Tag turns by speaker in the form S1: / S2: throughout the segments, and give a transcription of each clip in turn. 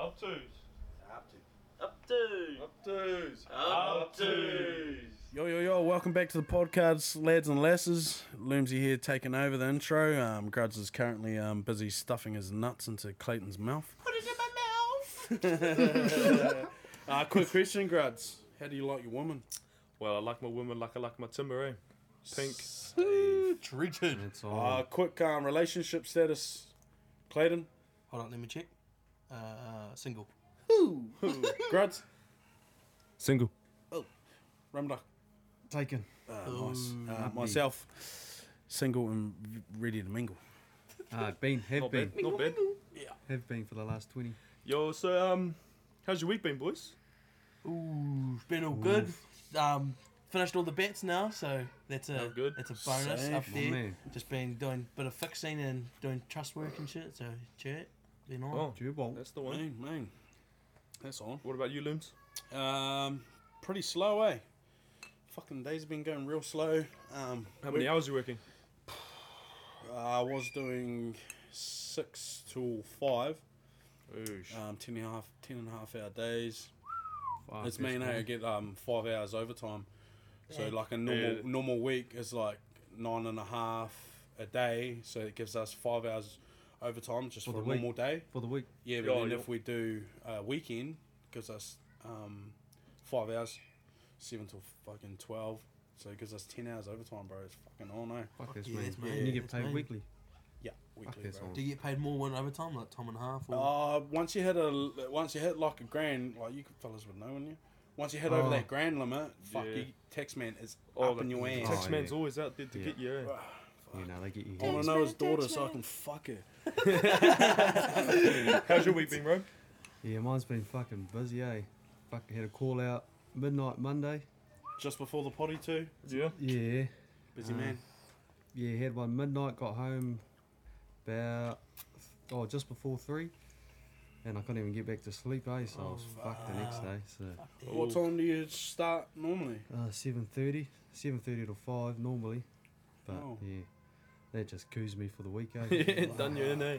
S1: Obtuse.
S2: Up to.
S1: Obtuse.
S2: Obtuse.
S3: Yo, yo, yo, welcome back to the podcast, lads and lasses. Loomsy here taking over the intro. Um, Gruds is currently um, busy stuffing his nuts into Clayton's mouth. Put it in my mouth! uh, quick question, Gruds. How do you like your woman?
S4: Well, I like my woman like I like my timber, eh? Pink.
S5: Richard.
S6: It's all.
S3: Uh, quick um, relationship status, Clayton.
S5: Hold on, let me check. Uh, single.
S3: Gruds, Oh.
S4: Single.
S3: Rumduck.
S6: Taken.
S3: Uh, nice. Uh, myself, single and ready to mingle.
S6: Uh, been, have
S4: Not
S6: been.
S4: bad. Not bad.
S6: Have been for the last 20.
S4: Yo, so um, how's your week been, boys?
S5: Ooh, it's been all good. Um, finished all the bets now, so that's a
S3: Oh,
S4: All good.
S5: that's a bonus
S3: Safe,
S5: up
S6: my
S5: there.
S6: man.
S5: Just been doing a bit of fixing and doing trust work and shit. So shit, been on.
S4: Oh,
S6: Jubal.
S4: that's the one.
S3: Man, man. That's on.
S4: What about you, Looms?
S3: Um, pretty slow, eh? Fucking days have been going real slow. Um,
S4: How many
S3: we-
S4: hours are you working?
S3: I was doing six till five,
S4: Oh, sh-
S3: um, ten and a half, ten and a half hour days.
S6: Fuck,
S3: it's mean,
S6: Oh, that's
S3: eh? I
S6: cool.
S3: get um five hours overtime. So
S5: Yeah.
S3: like a normal
S4: Yeah.
S3: normal week is like nine and a half a day. So it gives us five hours overtime just for,
S6: For
S3: a
S6: the week.
S3: normal day.
S6: For the week.
S3: Yeah, but
S4: Yeah,
S3: then
S4: yeah.
S3: if we do a weekend, gives us um, five hours, seven till fucking twelve. So it gives us ten hours overtime, bro. It's fucking on, eh?
S6: Fuck this,
S5: yeah,
S6: man.
S5: that's mine.
S6: And you get
S5: That's
S6: paid
S5: mine.
S6: weekly.
S3: Yeah, weekly,
S6: that's
S3: bro.
S6: on.
S5: Do you get paid more when overtime, like time and a half? Or
S4: Oh.
S3: Uh, once you hit a once you hit like a grand, like you could- fellas would know, wouldn't you? Once you hit over
S6: Oh.
S3: that grand limit, fuck
S4: Yeah.
S3: you, tax man is
S4: Oh,
S3: up in
S4: the-
S3: your
S4: the
S3: ass.
S4: Tax
S6: Oh,
S4: man's
S6: yeah.
S4: always out there to
S6: Yeah.
S4: get you, eh?
S6: You know, they get you.
S3: I want to know his daughter so I can fuck her.
S4: How's your week been, bro?
S6: Yeah, mine's been fucking busy, eh? Fucking had a call out midnight Monday.
S3: Just before the potty too,
S4: Yeah.
S6: Yeah.
S3: busy
S6: Uh,
S3: man.
S6: Yeah, had one midnight, got home about, oh, just before three. And I couldn't even get back to sleep, eh? So I was
S5: Oh,
S6: fucked the next
S5: fuck.
S6: day. So
S3: What time do you start normally?
S6: uh, 7.30, 7.30 to 5 normally. But
S3: Oh.
S6: yeah, that just coos me for the week, eh?
S4: Done you in, eh?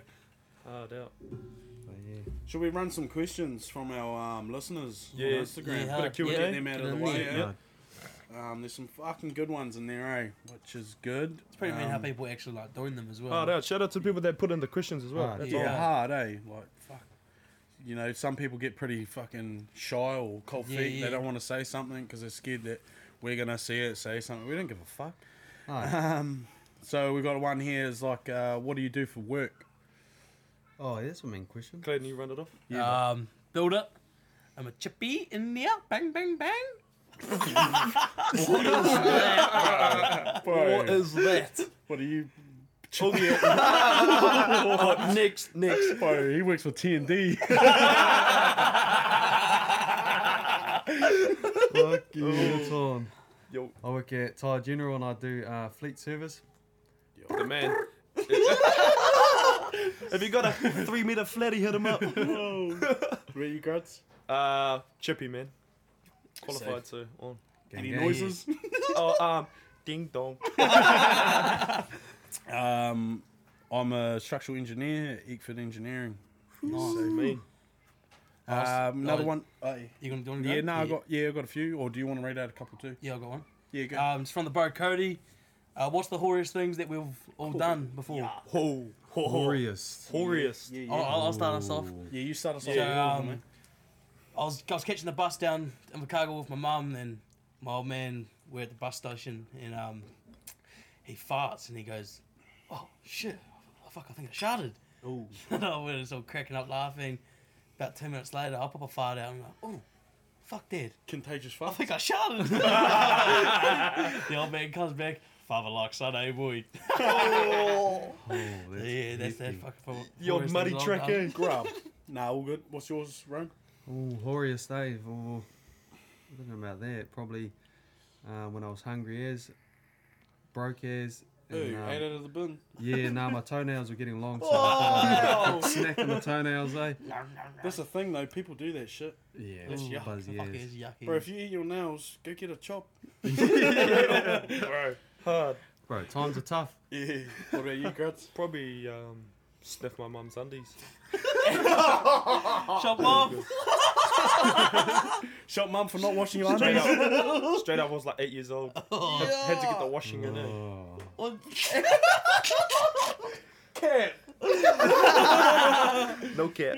S4: Hard out.
S6: But yeah.
S3: Should we run some questions from our um, listeners
S4: Yeah.
S3: on Instagram?
S5: Yeah.
S4: Bit of Q&A.
S3: Get them out of the
S5: Yeah.
S3: way.
S5: Yeah.
S3: Yeah. Um, there's some fucking good ones in there, eh? Which is good.
S5: It's pretty mean
S3: um,
S5: how people actually like doing them as well.
S4: Hard out. Shout out to people Oh, that put in the questions as well.
S6: Ah,
S4: That's
S3: yeah.
S5: Yeah.
S3: hard, eh? Like fuck. You know, some people get pretty fucking shy or cold
S5: Yeah,
S3: feet.
S5: yeah.
S3: They don't want to say something because they're scared that we're gonna see it, say something. We don't give a fuck.
S6: Oh,
S3: So we got one here. Is like, uh, what do you do for work?
S6: oh, that's a mean
S4: all.
S6: question.
S4: Clayton, you run it off.
S5: Um, build up. I'm a chippy in the air. Bang, bang, bang.
S3: What,
S4: is that?
S3: what are you?
S4: oh, yeah. Oh, next, next.
S3: Bro, oh, he works for T and D.
S6: Fuck
S5: Oh.
S6: you, it's on.
S4: Yo,
S6: I work at Thai General and I do uh, fleet service.
S4: the man. Have you got a three meter flatty? Hit him up.
S3: Where you grads?
S4: Uh, Chippy, man. Qualified to on.
S6: Gang,
S3: Any
S6: gang.
S3: noises?
S4: Oh, um, ding dong.
S3: Um, I'm a structural engineer, at Eckford Engineering.
S4: Me.
S3: Um, another
S5: Oh,
S3: one. aye.
S5: You gonna do one?
S3: yeah, no, I
S5: yeah.
S3: got yeah, I got a few. Or do you want to read out a couple too? Uh,
S5: Yeah, I got one.
S3: Yeah, go.
S5: Um, it's from the bro Cody. Uh, what's the hoariest things that we've all done before?
S4: Ho,
S5: Oh.
S4: ho, ho.
S6: Glorious.
S4: Horiest.
S3: yeah, yeah.
S5: I'll, I'll I'll start us off.
S3: Yeah, you start us off.
S5: So,
S3: with yours,
S5: um,
S3: mate.
S5: I was, I was catching the bus down in Chicago with my mum, and my old man, we're at the bus station, and um, he farts and he goes, Oh, shit. Oh, fuck, I think I shattered.
S3: Ooh.
S5: Oh, we're just all cracking up laughing. About two minutes later, I pop a fart out and I'm like, Oh, fuck, dead.
S3: Contagious
S5: I
S3: fuck.
S5: think I shot him. the old man comes back. Father like son, eh, boy?
S6: Oh, that's
S5: Yeah, that's that
S6: hefty.
S5: fucking problem.
S4: The old muddy track, eh?
S3: Grub. nah, all good. What's yours, Rome?
S6: Oh, glorious day. Oh, I don't know about that. Probably uh, when I was hungry as, broke as. and,
S3: Ooh,
S6: um,
S3: eight out of the bin.
S6: yeah, no, my toenails were getting long, so I
S3: Oh.
S6: snacking my toenails, eh?
S3: That's the thing though. People do that shit.
S6: Yeah,
S5: That's yuck.
S6: buzz,
S5: Fuck,
S6: yes.
S5: it's yucky.
S3: Bro, if you eat your nails, go get a chop.
S4: Bro, hard.
S6: Bro, times are tough.
S3: Yeah. What about you, Grads?
S4: Probably um, sniff my mum's undies.
S5: Shop off.
S3: Shut mum for not washing your
S4: Straight
S3: underwear.
S4: up, straight up, I was like eight years old. Had, had to get the washing in it.
S6: Oh.
S4: No cat.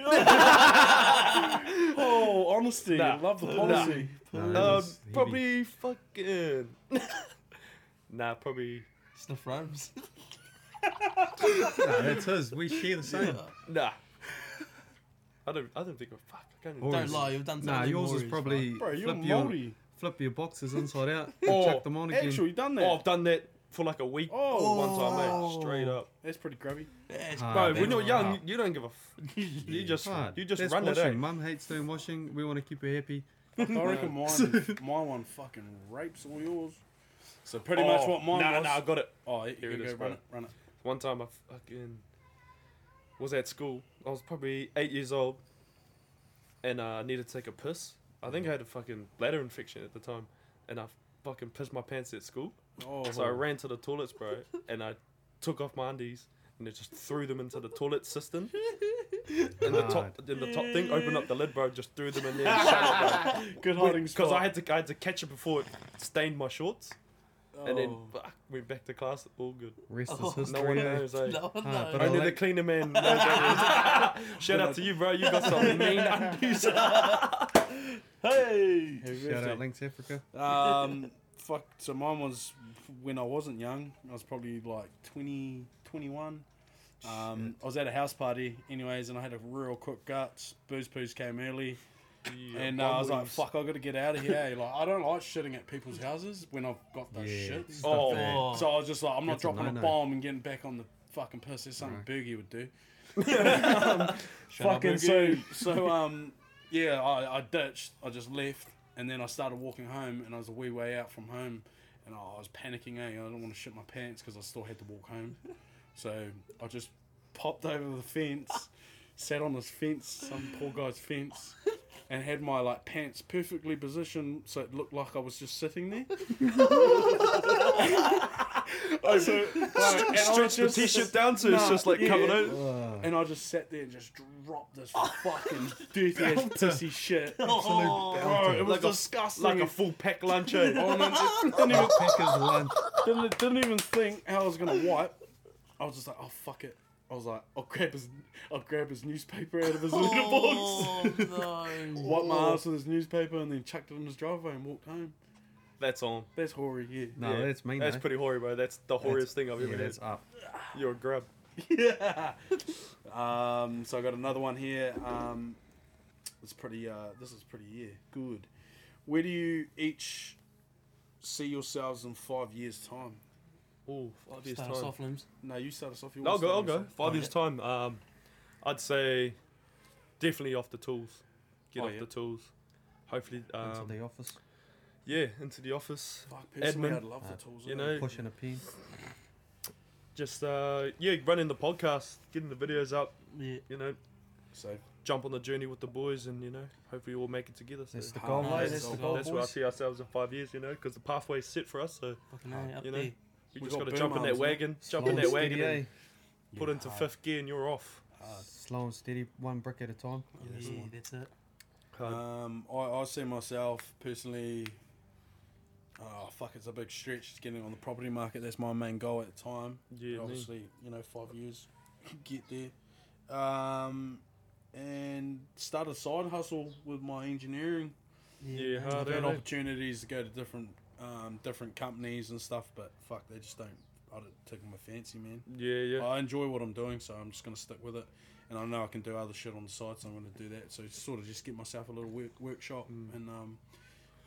S3: Oh, honesty.
S4: Nah.
S3: Love the policy.
S6: No, that
S4: Um,
S6: was heavy.
S4: probably fucking. nah, probably.
S5: Sniff rhymes.
S6: No, that's his. We share the same.
S4: Nah. I don't. I don't think. of- Fuck. I can't even.
S6: Or-
S5: Don't lie, you've done something.
S6: Nah, yours is
S5: glorious,
S6: probably
S3: Bro, you're
S6: flip, your,
S3: moldy.
S6: flip your boxes inside out and
S4: Oh,
S6: chuck them on again.
S3: Actually, done that.
S4: Oh, I've done that for like a week.
S3: Oh.
S4: One time, mate. Straight up.
S3: That's pretty grubby.
S5: bro. Yeah, it's
S6: Ah,
S4: Bro,
S6: that's
S4: when you're young,
S6: hard.
S4: you don't give a. F- you just.
S6: Hard.
S4: You just
S6: That's
S4: run it.
S6: washing.
S4: eh?
S6: Mum hates doing washing. We want to keep her happy.
S3: I reckon mine, my one fucking rapes all yours. So pretty much what
S4: Oh,
S3: mine
S4: Nah,
S3: was.
S4: nah, I got it.
S3: Oh, you
S4: Here
S3: can
S4: it is,
S3: go run
S4: bro.
S3: it, run it.
S4: One time I fucking was at school. I was probably eight years old, and uh, I needed to take a piss. I think I had a fucking bladder infection at the time, and I fucking pissed my pants at school.
S3: Oh,
S4: So I ran to the toilets, bro, and I took off my undies and I just threw them into the toilet cistern. And the top, in the top thing, opened up the lid, bro, just threw them in there. and shut it,
S3: good
S4: bro.
S3: hiding spot.
S4: Because I had to, I had to catch it before it stained my shorts,
S3: Oh.
S4: and then fuck, went back to class. All good.
S6: Rest
S5: Oh,
S6: is history.
S4: No one
S6: eh?
S4: knows. eh?
S5: No, no.
S6: Ah, but I-
S4: Only the
S6: like-
S4: cleaner man. knows that is. Shout out to you, bro. You got some mean undies.
S3: hey.
S6: Shout out Links Africa.
S3: Um, fuck. So mine was when I wasn't young. I was probably like 20, 21. Um, I was at a house party, anyways, and I had a real quick guts. Booze poos came early, and uh, I was like, "Fuck, I got to get out of here." eh. Like, I don't like shitting at people's houses when I've got those
S6: Yeah.
S3: shits.
S6: stuff
S4: Oh.
S6: there.
S5: Oh.
S3: So I was just like, I'm not
S6: That's a
S3: dropping a
S6: no-no.
S3: bomb and getting back on the fucking piss. There's something
S6: Right.
S3: Boogie would do. Um,
S5: Shut up,
S3: fucking so
S5: Boogie.
S3: so um yeah I, I ditched i just left and then i started walking home and i was a wee way out from home and i was panicking eh? i don't want to shit my pants because i still had to walk home so i just popped over the fence sat on this fence some poor guy's fence and had my like pants perfectly positioned so it looked like i was just sitting there Oh, so- and I
S4: Stretch the
S3: just-
S4: t-shirt down so it's
S3: Nah,
S4: just like
S3: yeah.
S4: covered over.
S6: Oh,
S3: and I just sat there and just dropped this fucking dirty ass pissy shit.
S5: Oh.
S3: Bro, it was
S4: Like a-
S3: disgusting.
S4: Like a full pack lunch. eh?
S3: Oh, man, it didn't, even,
S6: Packers lunch.
S3: didn't, didn't even think how I was gonna wipe. I was just like, oh fuck it. I was like, I'll grab his, I'll grab his newspaper out of his litter box,
S5: Oh, no.
S3: wiped my ass with his newspaper, and then chucked it in his driveway and walked home.
S4: That's on.
S3: That's hoary, yeah.
S6: No,
S4: Yeah.
S6: that's mean.
S4: That's
S6: eh?
S4: pretty hoary, bro. That's the hoariest thing I've
S6: Yeah,
S4: ever done.
S6: that's up.
S4: You're a grub.
S3: yeah. Um, so I got another one here. Um, it's pretty. Uh, this is pretty. Yeah, good. Where do you each see yourselves in five years' time?
S4: Oh, five years
S5: Start
S4: time.
S5: us off, Limbs.
S3: No, you start us off. You
S4: I'll
S3: always
S4: go. I'll
S3: start
S4: go.
S3: us off.
S4: Five years time. Um, I'd say definitely off the tools. Get
S3: Oh,
S4: off
S3: yeah.
S4: the tools. Hopefully,
S6: Into
S4: um,
S6: the office,
S4: yeah, into the office.
S3: Fuck, personally,
S4: Admin.
S3: I'd love the tools.
S4: You
S3: eh?
S4: know,
S6: pushing a pen.
S4: just uh, yeah, running the podcast, getting the videos up.
S5: Yeah.
S4: You know,
S3: So
S4: jump on the journey with the boys, and you know, hopefully we'll make it together. So.
S6: That's the
S4: That's,
S6: goal,
S5: no,
S6: mate.
S5: that's the goal,
S4: where I
S6: boys.
S4: see ourselves in five years. You know, because the pathway's set for us. So
S5: Fucking A, up
S4: You know?
S5: there.
S4: we
S3: We
S4: just
S3: got
S4: got to
S3: boom
S4: jump in that
S3: arms, mate.
S4: wagon, jump
S6: Slow
S4: in
S6: and
S4: that wagon,
S6: steady,
S4: and
S6: eh?
S4: put
S3: Yeah,
S4: into
S3: hard.
S4: fifth gear, and you're off.
S6: Slow and steady, one brick at a time.
S5: Yeah,
S3: that's the one.
S5: that's it.
S3: Um, I, I see myself personally. Oh fuck! It's a big stretch. It's getting on the property market. That's my main goal at the time.
S4: Yeah,
S3: But
S4: me.
S3: obviously, you know, five years, get there, um, and start a side hustle with my engineering.
S4: Yeah,
S5: man.
S4: hard,
S3: I've
S4: eh,
S3: had
S4: mate?
S3: opportunities to go to different, um, different companies and stuff, but fuck, they just don't. I don't take my fancy, man.
S4: Yeah, yeah.
S3: I enjoy what I'm doing, so I'm just gonna stick with it. And I know I can do other shit on the side, so I'm gonna do that. So sort of just get myself a little work, workshop and um,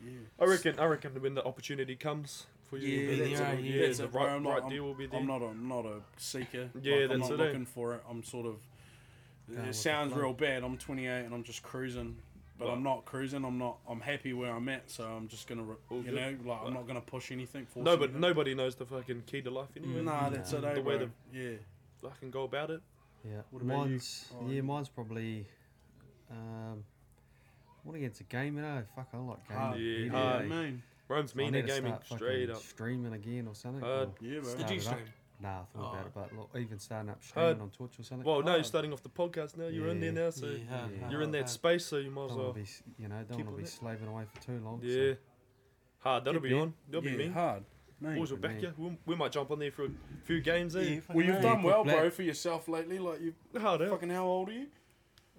S3: yeah.
S4: I reckon. I reckon when the opportunity comes for you,
S3: Yeah,
S4: then
S5: that's
S4: it's
S5: right,
S4: all-
S5: yeah.
S4: yeah,
S3: That's
S4: the
S3: it, bro.
S4: right,
S3: I'm not-
S4: right deal will be there.
S3: I'm not a I'm not a seeker.
S4: Yeah,
S3: I'm
S4: that's it,
S3: not
S4: eh?
S3: looking for it. I'm sort of.
S6: with the
S3: It sounds
S6: flow.
S3: real bad. I'm 28 and I'm just cruising, but
S4: But-
S3: I'm not cruising. I'm not. I'm happy where I'm at, so I'm just gonna, re-
S4: All
S3: you
S4: good.
S3: know, like I'm not gonna push anything. Force
S4: no, but
S3: anything.
S4: nobody knows the fucking key to life anyway.
S3: Nah, that's it. eh,
S4: The way
S3: bro? yeah.
S4: I can go about it.
S6: Yeah,
S3: What about you?
S6: mine's
S3: Oh,
S6: yeah,
S3: you-
S6: mine's probably. Um, I want to get into gaming. Oh fuck, I like
S3: Hard.
S6: gaming.
S4: Yeah,
S3: You know what
S4: hard.
S3: I
S6: eh?
S3: mean?
S4: Rome's
S6: I
S4: mean
S6: need
S4: at
S6: to
S4: gaming
S6: start
S4: straight
S6: fucking
S4: up.
S6: streaming again or something.
S4: Hard.
S6: or-
S3: Yeah, bro.
S5: Did you
S6: Start
S5: stream?
S6: it Nah, I thought about it, but look, even starting up
S4: Hard.
S6: streaming on Twitch or something.
S4: Well, no, you're
S6: hard.
S4: starting off the podcast now. You're in there
S6: Yeah.
S4: now, so
S5: Yeah,
S6: Yeah.
S4: you're in that space, so you might as
S6: Don't wanna
S4: well.
S6: be, s- you know,
S4: keep
S6: don't want
S4: on
S6: to be
S4: it.
S6: slaving away for too long. so-
S4: Yeah. Hard, that'll
S3: Keep
S4: be
S3: it.
S4: on. That'll
S3: yeah,
S4: be me.
S3: hard. Mate.
S4: Boys will
S6: Good
S4: back
S6: man.
S4: you. We, we might jump on there for a few games, eh?
S3: Well, you've done
S6: Yeah,
S3: well,
S6: good
S3: bro,
S6: black.
S3: for yourself lately. Like you,
S4: Hard, eh?
S3: fucking how old are you?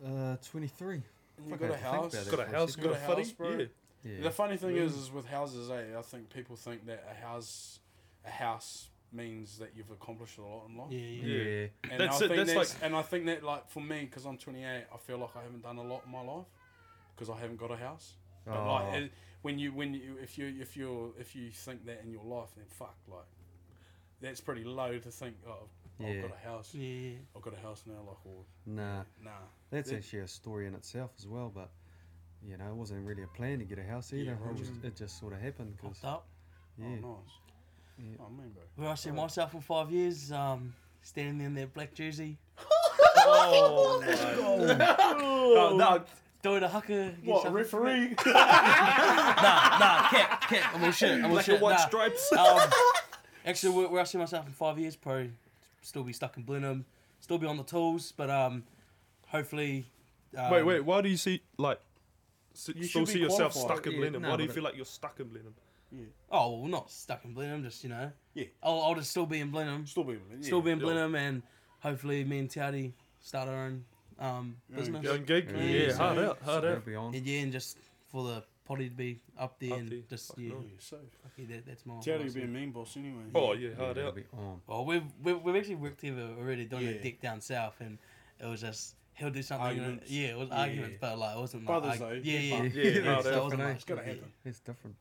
S6: Uh, 23.
S3: And you
S6: Fuck,
S3: got
S6: I
S3: a
S6: had to think
S3: house.
S6: about it.
S4: Got a house,
S3: Got
S4: got
S3: a
S4: a footy.
S3: house, bro.
S4: Yeah.
S6: Yeah.
S3: The funny thing is,
S4: Yeah.
S3: is with houses, eh? I think people think that a house, a house means that you've accomplished a lot in life.
S5: Yeah, yeah.
S4: Yeah.
S6: yeah.
S3: And
S4: That's
S3: I
S4: it,
S3: think
S4: that's
S3: and I think that like for me, because I'm 28, I feel like I haven't done a lot in my life because I haven't got a house. But
S6: Oh.
S3: like it, when you when you if you if you if you think that in your life, then fuck like that's pretty low to think. Oh, I've, I've
S6: Yeah.
S3: got a house.
S5: Yeah, yeah.
S3: I've got a house now. Like, or
S6: Nah,
S3: nah.
S6: that's
S4: Yeah.
S6: actually a story in itself as well, but you know, it wasn't really a plan to get a house either.
S3: Yeah,
S6: it, just,
S3: mm.
S6: it just sort of happened because
S5: Popped up.
S6: yeah,
S3: Oh, nice.
S6: Yeah.
S3: Oh, man, bro.
S5: Where I see myself in five years, um, standing there in their black jersey,
S4: Oh,
S5: oh, no, doing a hooker. against
S3: What
S5: South Africa.
S3: referee?
S5: Nah, nah, cap, cap. I'm all shit. I'm all
S4: Black
S5: shit.
S4: and white
S5: Nah.
S4: stripes.
S5: Um, actually, where, where I see myself in five years, probably still be stuck in Blenheim, still be on the tools, but um, hopefully. Um,
S4: Wait, wait. Why do you see like s-
S3: You
S4: still
S3: should
S4: see
S3: be
S4: yourself
S3: qualified.
S4: stuck in
S6: Yeah,
S4: Blenheim?
S6: no,
S4: why do you
S6: but
S4: feel like you're stuck in Blenheim?
S5: Oh well, not stuck in Blenheim, just you know.
S3: Yeah.
S5: I'll, I'll just still be in Blenheim,
S3: Still be yeah.
S5: still be in
S4: yeah.
S5: Blenheim, and hopefully me and Tiadi start our own um business.
S4: Going gig?
S6: Yeah,
S4: Yeah,
S5: so-
S4: hard out,
S6: so
S4: hard
S6: that'll
S4: out.
S6: be on.
S5: And yeah, and just for the potty to be up there
S4: Up
S5: and
S4: there.
S5: just
S4: Fuck
S5: yeah,
S4: no.
S3: Yeah, so
S5: fuck yeah, that, that's my.
S3: Tiago
S5: advice.
S3: be a mean boss anyway.
S4: Oh yeah,
S6: Yeah,
S4: hard
S6: that'll
S4: out.
S6: be on.
S5: Well, we've, we've we've actually worked together already doing a
S3: Yeah.
S5: dick down south, and it was just he'll do something.
S3: Arguments.
S5: yeah, it was
S3: Yeah.
S5: arguments, but like it wasn't
S3: Brothers,
S5: like,
S3: though.
S5: Yeah, yeah,
S6: Yeah,
S5: yeah.
S4: Yeah, no,
S5: so
S4: that's
S5: it wasn't
S6: different, eh?
S5: like-
S3: It's gonna
S5: Um,
S3: happen.
S6: It's different.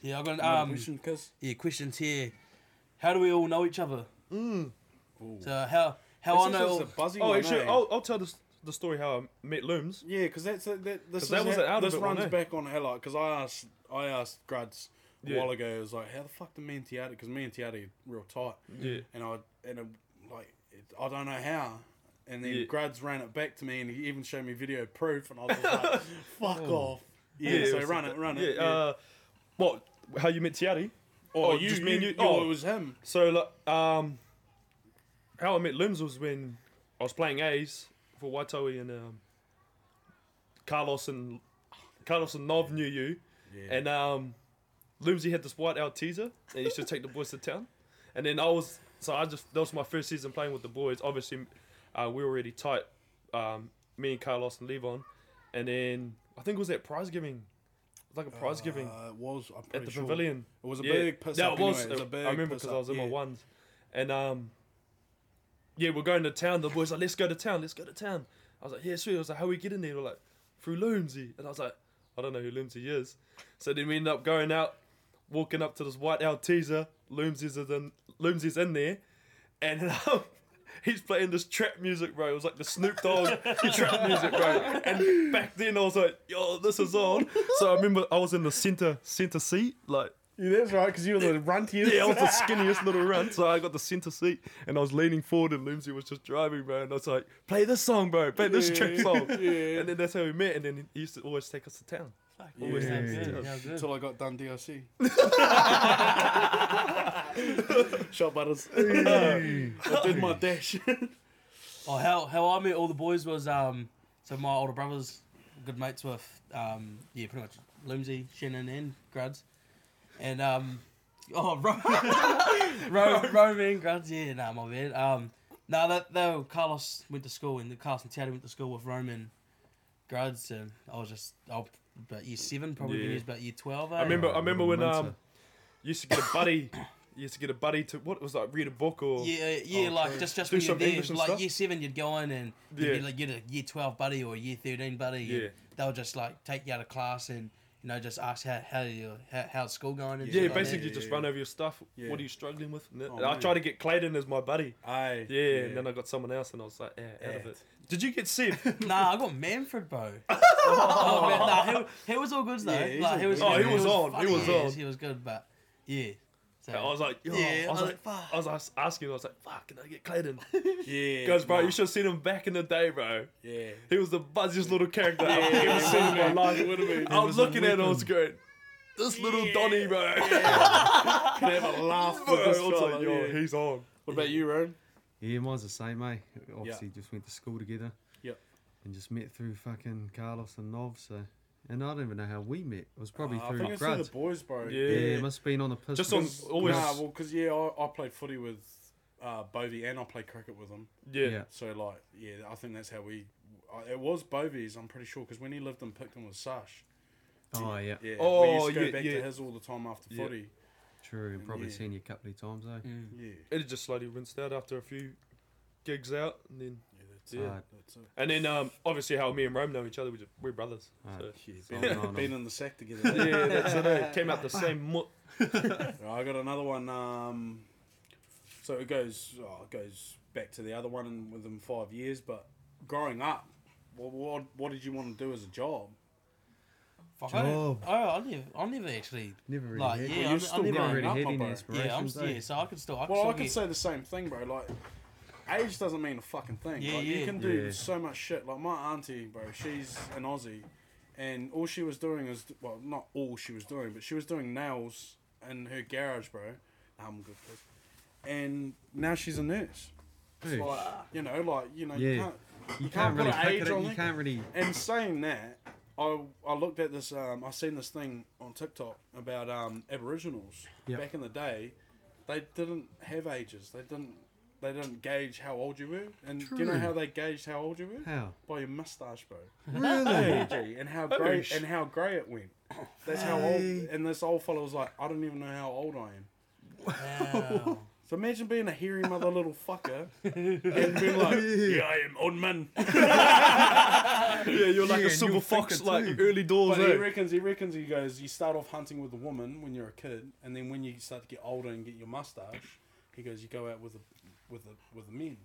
S5: Yeah, I got
S3: Another
S5: um
S3: question, cuz.
S5: yeah questions here. How do we all know each other?
S3: Ooh.
S5: So how how I
S3: Hmm. This is
S5: know?
S3: a buzzy
S4: Oh,
S3: one,
S4: actually,
S3: eh?
S4: I'll, I'll tell this, the story how I met Looms.
S3: Yeah, because that's that. that this
S4: 'Cause that
S3: is
S4: wasn't
S3: ha-
S4: out a
S3: This
S4: bit long,
S3: runs
S4: eh?
S3: back on hell because I asked I asked Gruds a
S4: Yeah.
S3: while ago. It was like, how the fuck did me and Tiati? Because me and Tiati are real tight,
S4: Yeah.
S3: and I and it, like it, I don't know how. And then
S4: Yeah.
S3: Gruds ran it back to me, and he even showed me video proof, and I was just like, fuck off. Yeah,
S4: it
S3: so
S4: was-
S3: run it, run
S4: yeah,
S3: it. Yeah.
S4: Uh, what? How you met Tiari?
S3: oh,
S4: oh,
S3: you,
S4: just
S3: you,
S4: me and
S3: you,
S4: you- oh.
S3: it was him.
S4: So like, um, how I met Looms was when I was playing A's for Waitoe and um, Carlos and Carlos and Nov knew you,
S3: Yeah.
S4: and um, Loomsy had this white Alteza, and you should take the boys to town. And then I was, so I just that was my first season playing with the boys. Obviously, uh, we were already tight, um, me and Carlos and Levon, and then I think it was that prize giving, it was like a prize giving
S3: Uh, it was I'm
S4: at
S3: pretty
S4: the
S3: sure.
S4: pavilion.
S3: It was a
S4: Yeah.
S3: big piss
S4: Yeah,
S3: up.
S4: it was.
S3: anyway. It was a big
S4: I remember
S3: piss
S4: because I was
S3: up,
S4: in my
S3: yeah.
S4: ones, and um, yeah, we're going to town. The boys are like, let's go to town, let's go to town. I was like, yeah, sweet. I was like, how we get in there? They We're like, through Loomsy, and I was like, I don't know who Loomsy is. So then we end up going out, walking up to this white Alteza. Loomsy's is in, Loomsy's in there, and um, he's playing this trap music, bro. It was like the Snoop Dogg trap music, bro. And back then I was like, yo, this is on. So I remember I was in the center center seat, like
S3: Yeah, that's right, because you were the runtiest.
S4: yeah, I was the skinniest little runt, so I got the center seat and I was leaning forward and Lindsay was just driving, bro. And I was like, play this song, bro, play this trap song.
S3: Yeah.
S4: And then that's how we met, and then he used to always take us to town.
S5: Fuck, yeah, yeah,
S6: Yeah.
S5: good, yeah, good.
S3: Until I got done DLC. Shot butters. I did my dash.
S5: Oh, how how I met all the boys was um, so my older brothers, good mates with um, yeah, pretty much Loomsy, Shannon, and Gruds, and um, oh, Ro- Ro- Roman Gruds, yeah, nah, my bad. Um, no, that though Carlos went to school and Carlos and Teddy went to school with Roman Gruds, and I was just I was about year seven, probably when he
S4: Yeah.
S5: was about year twelve.
S4: I
S5: eh?
S4: remember, I
S6: Right,
S4: remember when
S6: little
S4: um,
S6: munter.
S4: you used to get a buddy, you used to get a buddy to what it was like read a book or
S5: Yeah, uh, yeah,
S4: Oh,
S5: like
S4: okay.
S5: just just
S4: Do
S5: when you're
S4: some
S5: there,
S4: English and
S5: like
S4: stuff?
S5: year seven, you'd go in and you'd be
S4: Yeah.
S5: like you'd a year twelve buddy or a year thirteen buddy. and
S4: Yeah.
S5: they'll just like take you out of class and you know just ask how how you how, how's school going. And
S4: Yeah,
S5: shit like that.
S4: basically
S3: yeah,
S4: just
S3: yeah.
S4: run over your stuff.
S3: Yeah.
S4: What are you struggling with? And
S3: Oh,
S4: I
S3: man.
S4: tried to get Clayton as my buddy.
S3: Aye.
S4: Yeah, and then I got someone else, and I was like, yeah, out of
S3: Yeah.
S4: it. Did you get Sib?
S5: Nah, I got Manfred, bro. oh, man, nah, he, he was all good though.
S3: Yeah, he's
S5: like,
S3: all
S5: he was,
S3: good. Oh, he
S4: was on, he
S5: funny
S4: was
S5: as
S4: on.
S5: He was good, but yeah. So,
S4: I was like, yeah. I was like,
S5: fuck.
S4: I was as- asking, I was like, fuck, can I get Clayton?
S3: Yeah.
S4: Guys, bro,
S3: nah,
S4: you should have seen him back in the day, bro.
S3: Yeah.
S4: He was the buzziest little character I've ever seen in my life.
S3: Would have been.
S4: I was
S6: was a
S4: looking at him, I was going, This little Donny, bro.
S3: Could have a laugh with this fella, yeah.
S4: he's on.
S3: What about you, Rowan?
S6: Yeah, mine's the same, eh? Obviously, just went to school together.
S3: Yep.
S6: And just met through fucking Carlos and Nov. So, and I don't even know how we met. It was probably
S3: Uh, I
S6: through
S3: think it's through the
S6: Gruds.
S3: boys, bro.
S4: Yeah.
S6: yeah, it must have been on the piss.
S4: Just on-
S6: because-
S4: always-
S3: Nah, well, because yeah, I, I played footy with uh, Bovey and I played cricket with him.
S4: Yeah.
S6: Yeah.
S3: So like, yeah, I think that's how we. I- It was Bovey's, I'm pretty sure, because when he lived in Picton with Sash.
S6: Oh yeah,
S3: Yeah. we
S4: Oh,
S3: used to go
S4: yeah,
S3: back
S4: yeah.
S3: to his all the time after
S4: Yeah.
S3: footy.
S6: true. And probably
S3: Yeah.
S6: seen you a couple of times, eh?
S5: Mm.
S3: Yeah.
S4: It just slowly rinsed out after a few gigs out, and then
S3: Yeah. That's,
S4: Yeah.
S6: Alright,
S3: that's it.
S4: and then um, obviously how me and Rome know each other, we just, we're brothers.
S6: alright.
S3: Yeah,
S6: Something
S3: been,
S6: on
S3: been
S6: them.
S3: in the sack together.
S4: So. yeah, that's it. eh? Came out the same. Mo-
S3: Right, I got another one. Um, so it goes oh, it goes back to the other one in, within five years. But growing up, what, what what did you want to do as a job?
S5: Fuck, I, don't-
S6: Job.
S5: oh, I never, I never actually.
S6: Never really.
S5: Like,
S6: had,
S5: yeah,
S3: Well, you're
S5: I'm,
S3: still
S5: I'm
S6: never
S5: never,
S3: growing
S6: really
S3: up,
S6: had
S3: my
S6: any
S3: bro.
S5: yeah, I'm,
S6: inspirations. eh?
S5: yeah, so I could still, I could
S3: Well, I
S5: still
S3: could
S5: get,
S3: say the same thing, bro. Like, age doesn't mean a fucking thing.
S5: Yeah,
S3: like,
S5: yeah.
S3: you can do
S6: Yeah.
S3: so much shit. Like, my auntie, bro, she's an Aussie, and all she was doing is, well, not all she was doing, but she was doing nails in her garage, bro. Nah, I'm good, please. And now she's a nurse. It's
S6: Dude.
S3: like, you know, like, you know, you
S6: Yeah.
S3: can't.
S6: You
S3: can't
S6: can't
S3: put
S6: really
S3: an
S6: pick
S3: age
S6: it.
S3: on
S6: You
S3: it.
S6: can't really.
S3: And saying that, I I looked at this. Um, I seen this thing on TikTok about um, Aboriginals
S6: Yep.
S3: back in the day. They didn't have ages. They didn't. They didn't gauge how old you were. And do you know
S6: True.
S3: how they gauged how old you were?
S6: How?
S3: By your mustache, bro.
S6: Really?
S3: Gee, and how grey
S4: sh-
S3: and how grey it went. That's how old.
S6: Hey.
S3: And this old fella was like, I don't even know how old I am.
S5: wow.
S3: So imagine being a hairy mother little fucker and being like, Yeah, I am old man.
S4: yeah, you're like
S6: Yeah,
S4: a
S6: and
S4: silver
S6: you'll think
S4: fox,
S6: it
S4: like
S6: too.
S4: early doors.
S3: But he
S4: eh?
S3: reckons, he reckons, he goes, you start off hunting with a woman when you're a kid, and then when you start to get older and get your mustache, he goes, you go out with a, with a, with a men.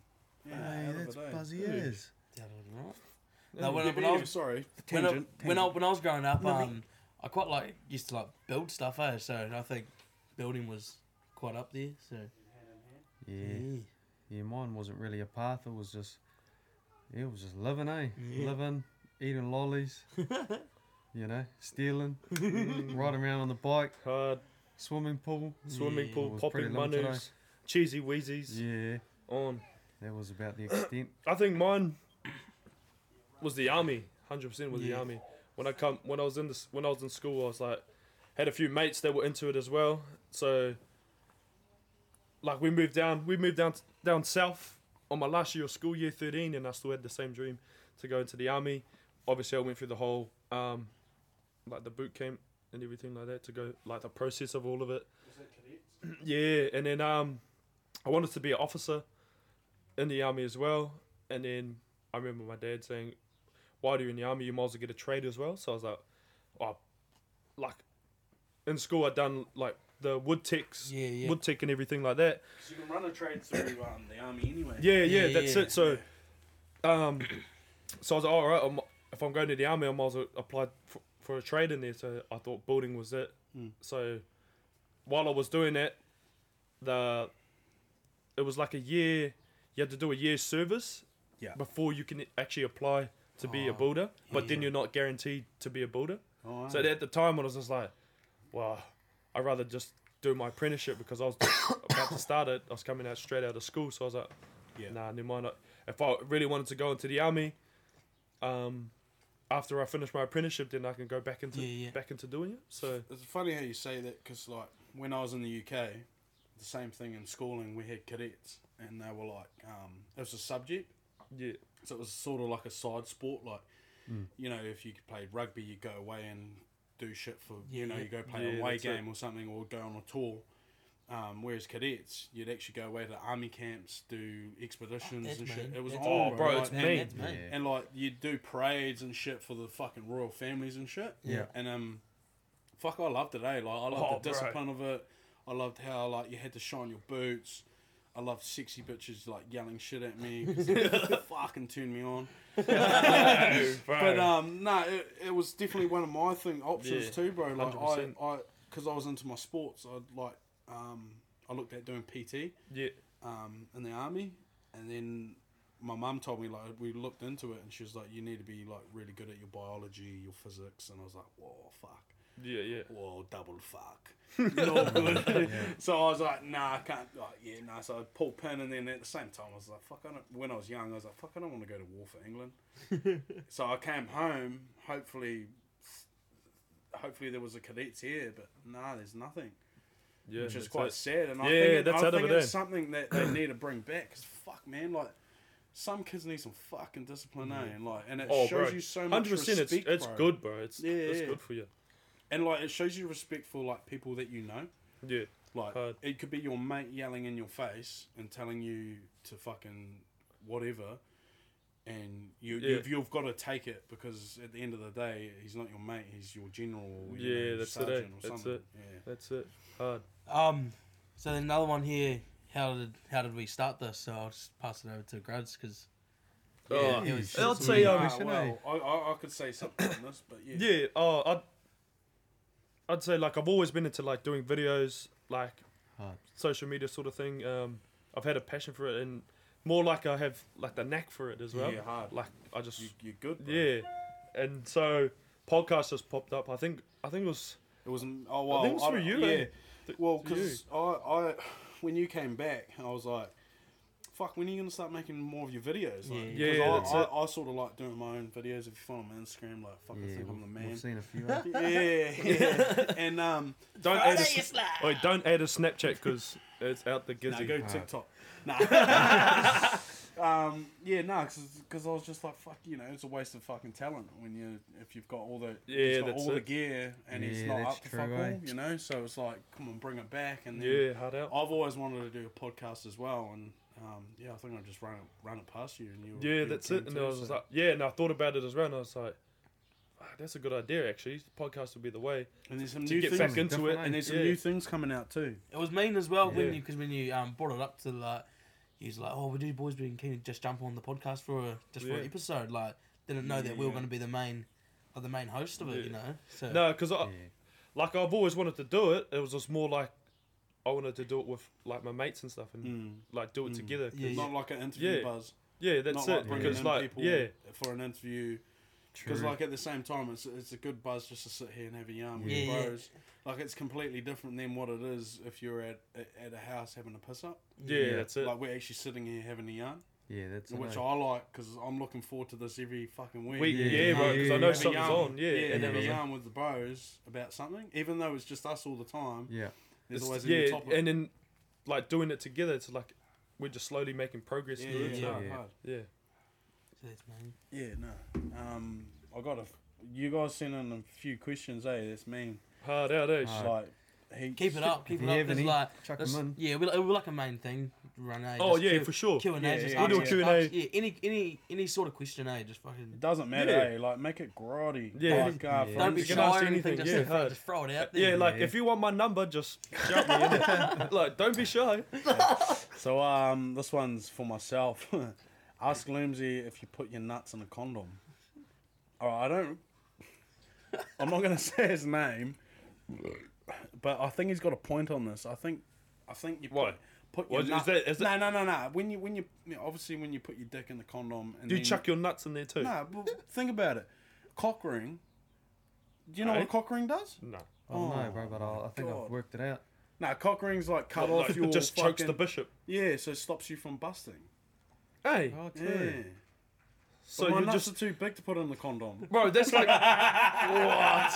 S3: Yeah,
S6: Hey,
S3: hell of a
S6: that's
S3: day.
S6: buzzy as.
S5: That was right. No, when,
S3: Yeah,
S5: I,
S3: but
S5: when, I
S3: anyway,
S5: was,
S3: sorry,
S5: when, I,
S3: tangent.
S5: when, I, when I was growing up,
S3: No,
S5: um, I quite like used to like build stuff, eh? So I think building was quite up there. So
S6: Yeah. Yeah, mine wasn't really a path. It was just, yeah, it was just living, eh?
S5: Yeah.
S6: Living, eating lollies, you know, stealing, riding around on the bike,
S4: Hard
S6: swimming pool.
S4: swimming
S5: Yeah,
S6: it
S4: pool,
S6: was
S4: popping
S6: pretty long today.
S4: munus, cheesy wheezies
S6: Yeah,
S4: on.
S6: that was about the extent.
S4: I think mine was the army. Hundred percent was the
S5: Yeah.
S4: army. When I come, when I was in this, when I was in school, I was like, had a few mates that were into it as well. So, like, we moved down, we moved down down south on my last year of school, year thirteen, and I still had the same dream to go into the army. Obviously, I went through the whole, um, like the boot camp and everything like that to go, like the process of all of it. yeah, and then um, I wanted to be an officer in the army as well. And then I remember my dad saying, "While you're in the army, you might as well get a trade as well." So I was like, "Oh, like in school, I'd done like the wood ticks,
S5: Yeah, yeah.
S4: wood tick, and everything like that."
S3: you can run a trade through um, the army anyway.
S4: Yeah, yeah,
S5: Yeah,
S4: that's
S5: yeah.
S4: it. So, um, so I was like, all right, I'm, if I'm going to the army, I might as well apply for, for a trade in there. So I thought building was it.
S5: Hmm.
S3: Mm.
S4: So while I was doing that, the it was like a year. You had to do a year's service
S3: Yeah.
S4: before you can actually apply to be a
S5: Oh,
S4: builder. But then
S5: yeah.
S4: you're not guaranteed to be a builder.
S3: Oh,
S4: So at the time, I was just like, wow, I'd rather just do my apprenticeship because I was about to start it. I was coming out straight out of school, so I was like,
S3: Yeah.
S4: nah, never mind. I- If I really wanted to go into the army, um, after I finish my apprenticeship, then I can go back into
S5: Yeah, yeah.
S4: back into doing it. So
S3: It's funny how you say that because, like, when I was in the UK, the same thing in schooling, we had cadets, and they were like, um, it was a subject,
S4: yeah,
S3: so it was sort of like a side sport. Like, you know, if you played rugby, you go away and do shit for, you know,
S5: Yeah.
S3: you go play an
S4: Yeah,
S3: away
S4: that's it.
S3: game or something, or go on a tour. Um, whereas cadets, you'd actually go away to army camps, do expeditions
S5: Oh, That's
S3: and shit.
S5: mean.
S3: It was
S5: That's
S3: on,
S4: mean.
S3: bro.
S4: Bro,
S3: like,
S4: it's
S3: and-
S4: mean.
S5: That's me.
S6: Yeah.
S3: and like you do parades and shit for the fucking royal families and shit.
S6: Yeah.
S3: And um, fuck, I loved it. Eh? Like I loved
S4: Oh,
S3: the
S4: bro.
S3: discipline of it. I loved how like you had to shine your boots. I loved sexy bitches like yelling shit at me. fucking turned me on. But um, no, it, it was definitely one of my thing options
S4: Yeah,
S3: too, bro. Like I,
S4: 100%.
S3: I, because I was into my sports, I'd like um, I looked at doing PT
S4: yeah,
S3: um, in the army, and then my mum told me like we looked into it, and she was like, "You need to be like really good at your biology, your physics," and I was like, "Whoa, fuck!"
S4: Yeah, yeah.
S3: Whoa, double fuck. No good. So I was like, nah, I can't. Like, yeah, nah. So I pulled pin, and then at the same time, I was like, fuck, I don't. When I was young, I was like, fuck, I don't want to go to war for England. so I came home. Hopefully, hopefully there was a cadets here, but nah, there's nothing,
S4: Yeah,
S3: which is
S4: that's
S3: quite
S4: it.
S3: sad. And I
S4: Yeah,
S3: think, it-
S4: that's
S3: I
S4: out of
S3: think
S4: it,
S3: it's
S4: eh?
S3: something that they need to bring back. Cause fuck, man, like. Some kids need some fucking discipline, eh? And like, and it
S4: Oh,
S3: shows
S4: bro.
S3: you so much
S4: 100%.
S3: respect.
S4: it's it's
S3: bro.
S4: good, bro. It's,
S3: Yeah,
S4: it's
S3: yeah.
S4: good for you.
S3: and like, it shows you respect for like people that you know.
S4: Yeah.
S3: Like
S4: Hard.
S3: it could be your mate yelling in your face and telling you to fucking whatever, and you
S4: Yeah.
S3: you've, you've got to take it because at the end of the day, he's not your mate. He's your general. Or, you
S4: Yeah,
S3: know,
S4: that's it, eh?
S3: sergeant Or
S4: That's
S3: something.
S4: it.
S3: Yeah.
S4: That's it. Hard.
S5: Um, so then another one here. How did how did we start this? So I'll just pass it over to Gruds because
S4: Oh,
S5: it was
S4: I'll
S5: shit.
S4: tell you,
S6: Yeah,
S4: um,
S6: we should, eh?
S3: Mm. Ah, well, I, I I could say something on this, but yeah.
S4: yeah. Oh, I'd, I'd say like I've always been into like doing videos, like
S6: Hard.
S4: social media sort of thing. Um, I've had a passion for it, and more like I have like the knack for it as well.
S3: Yeah, hard.
S4: Like I just
S3: You, you're good. Bro.
S4: yeah, and so podcast just popped up. I think I think it was
S3: It wasn't. Oh well.
S4: I think it was for
S3: don't-
S4: you.
S3: Yeah.
S4: eh? Th-
S3: Well,
S4: to you.
S3: because I, I, when you came back, I was like, "Fuck, when are you gonna start making more of your videos?" Like,
S5: Yeah.
S3: 'cause
S4: Yeah,
S3: I,
S4: that's
S3: I,
S4: it.
S3: I, sort of like doing my own videos. If you follow my Instagram, like, fuck, I
S6: Yeah,
S3: think I'm the
S6: we've,
S3: man.
S6: we've seen a few. eh?
S3: Yeah, yeah. and um,
S4: don't add a,
S5: you
S4: sn- wait, don't add a Snapchat because it's out the
S3: nah,
S4: gizzy.
S3: go
S6: Ah.
S3: TikTok. Nah. um, yeah, no, because I was just like, fuck, you know, it's a waste of fucking talent when you if you've got all the
S4: Yeah,
S3: he's got
S4: that's
S3: all the
S4: it.
S3: gear and he's
S6: Yeah,
S3: not
S6: that's
S3: up to
S6: true,
S3: fuck
S6: eh?
S3: all, you know. So it's like, come on, bring it back, and then
S4: yeah, hard out.
S3: I've always wanted to do a podcast as well, and um, yeah, I think I just ran it, ran it past you, and you. were- you
S4: Yeah,
S3: were
S4: that's
S3: keen
S4: it. And
S3: too,
S4: I was just
S3: so-
S4: like, yeah, and I thought about it as well, and I was like, "Ah, that's a good idea actually. Podcast would be the way.
S3: and there's some
S4: to
S3: new
S4: get
S3: things,
S4: back into it.
S6: Definitely.
S3: and there's some
S4: yeah.
S3: new things coming out too.
S5: it was mean as well
S4: Yeah.
S5: when you because when you um brought it up to like you was like oh we do boys we can just jump on the podcast for a just for an
S4: Yeah.
S5: episode like didn't know that we were
S3: Yeah.
S5: going to be the main like the main host of it you
S4: Yeah.
S5: know so
S4: No, because I,
S6: Yeah.
S4: like I've always wanted to do it. It was just more like I wanted to do it with like my mates and stuff, and
S3: Mm.
S4: like do it
S3: Mm.
S4: together. 'cause-
S5: Yeah, yeah.
S4: yeah.
S3: Not like an interview
S4: Yeah.
S3: buzz.
S4: that's
S3: Not
S4: it.
S3: like bringing
S4: because
S3: in
S4: like
S3: people
S4: yeah,
S3: for an interview.
S6: True.
S3: Because like at the same time, it's it's a good buzz just to sit here and have a yarn with
S5: Yeah,
S3: your
S5: yeah.
S3: bros. Like it's completely different than what it is if you're at at at a house having a piss up.
S4: yeah,
S6: Yeah.
S4: that's it.
S3: Like we're actually sitting here having a yarn,
S6: yeah, that's it,
S3: which
S6: eh?
S3: I like because I'm looking forward to this every fucking week.
S4: we
S6: Yeah,
S4: yeah, bro. Because
S6: yeah,
S4: I know
S6: yeah.
S4: something's
S3: yarn,
S4: on. Yeah,
S3: yeah,
S4: and
S3: have a
S4: then
S3: yarn with the bros about something, even though it's just us all the time.
S6: Yeah.
S3: There's
S4: it's-
S3: always a new
S4: yeah,
S3: topic.
S4: and then like doing it together. It's like we're just slowly making progress.
S3: yeah,
S4: Yeah,
S3: yeah,
S4: it,
S5: yeah.
S4: so,
S3: hard, hard.
S4: yeah.
S5: so that's mean.
S3: yeah, no. Um, I got a. f- You guys sent in a few questions, eh? That's mean.
S4: hard out, eh?
S6: Hard.
S3: Like, heaps.
S5: keep it up keep
S6: If
S5: it
S6: you
S5: up
S6: have
S5: There's
S6: any,
S5: like
S6: chuck
S5: that's-
S6: 'em in.
S5: yeah we, we like a main thing run eh?
S4: oh
S5: Just
S4: yeah,
S5: Q-
S4: for sure.
S5: Q and
S3: Yeah,
S5: A just
S3: yeah,
S5: ask
S3: We'll do
S5: us
S4: a Q&A.
S5: stuff. yeah any any any sort of question A just fucking
S3: It doesn't matter,
S4: Yeah.
S3: eh? Like, make it grotty.
S4: Yeah.
S3: Like, uh,
S6: Yeah.
S3: for
S5: don't be
S4: You
S5: shy
S4: can
S3: instance-
S5: or
S4: ask
S5: anything,
S4: anything,
S5: just,
S4: yeah,
S5: throw,
S4: hard.
S5: just throw it out there
S4: Yeah, like
S6: Yeah.
S4: if you want my number, just shout me. innit? like, don't be shy.
S3: So, um, this one's for myself. Ask Loomsy if you put your nuts in a condom. All right, I don't. I'm not gonna say his name, but I think he's got a point on this. I think, I think you.
S4: What?
S3: Put, put
S4: What
S3: your
S4: is
S3: nut-
S4: that- is
S3: no, no, no, no. When you, when you, you know, obviously when you put your dick in the condom and
S4: Do you
S3: then-
S4: chuck your nuts in there too?
S3: No, well, think about it. Cock ring. Do you know what a
S4: Right.
S3: cock ring does?
S4: No.
S6: I don't know,
S3: Oh
S6: bro, but I, I think
S3: God.
S6: I've worked it out.
S3: No, cock ring's like cut
S4: Like,
S3: off your
S4: just
S3: fucking,
S4: chokes the bishop.
S3: Yeah, so it stops you from busting.
S4: Hey,
S6: Oh,
S3: Yeah.
S6: true.
S4: so
S3: my
S4: you
S3: nuts
S4: just
S3: are too big to put in the condom.
S4: bro, that's like what?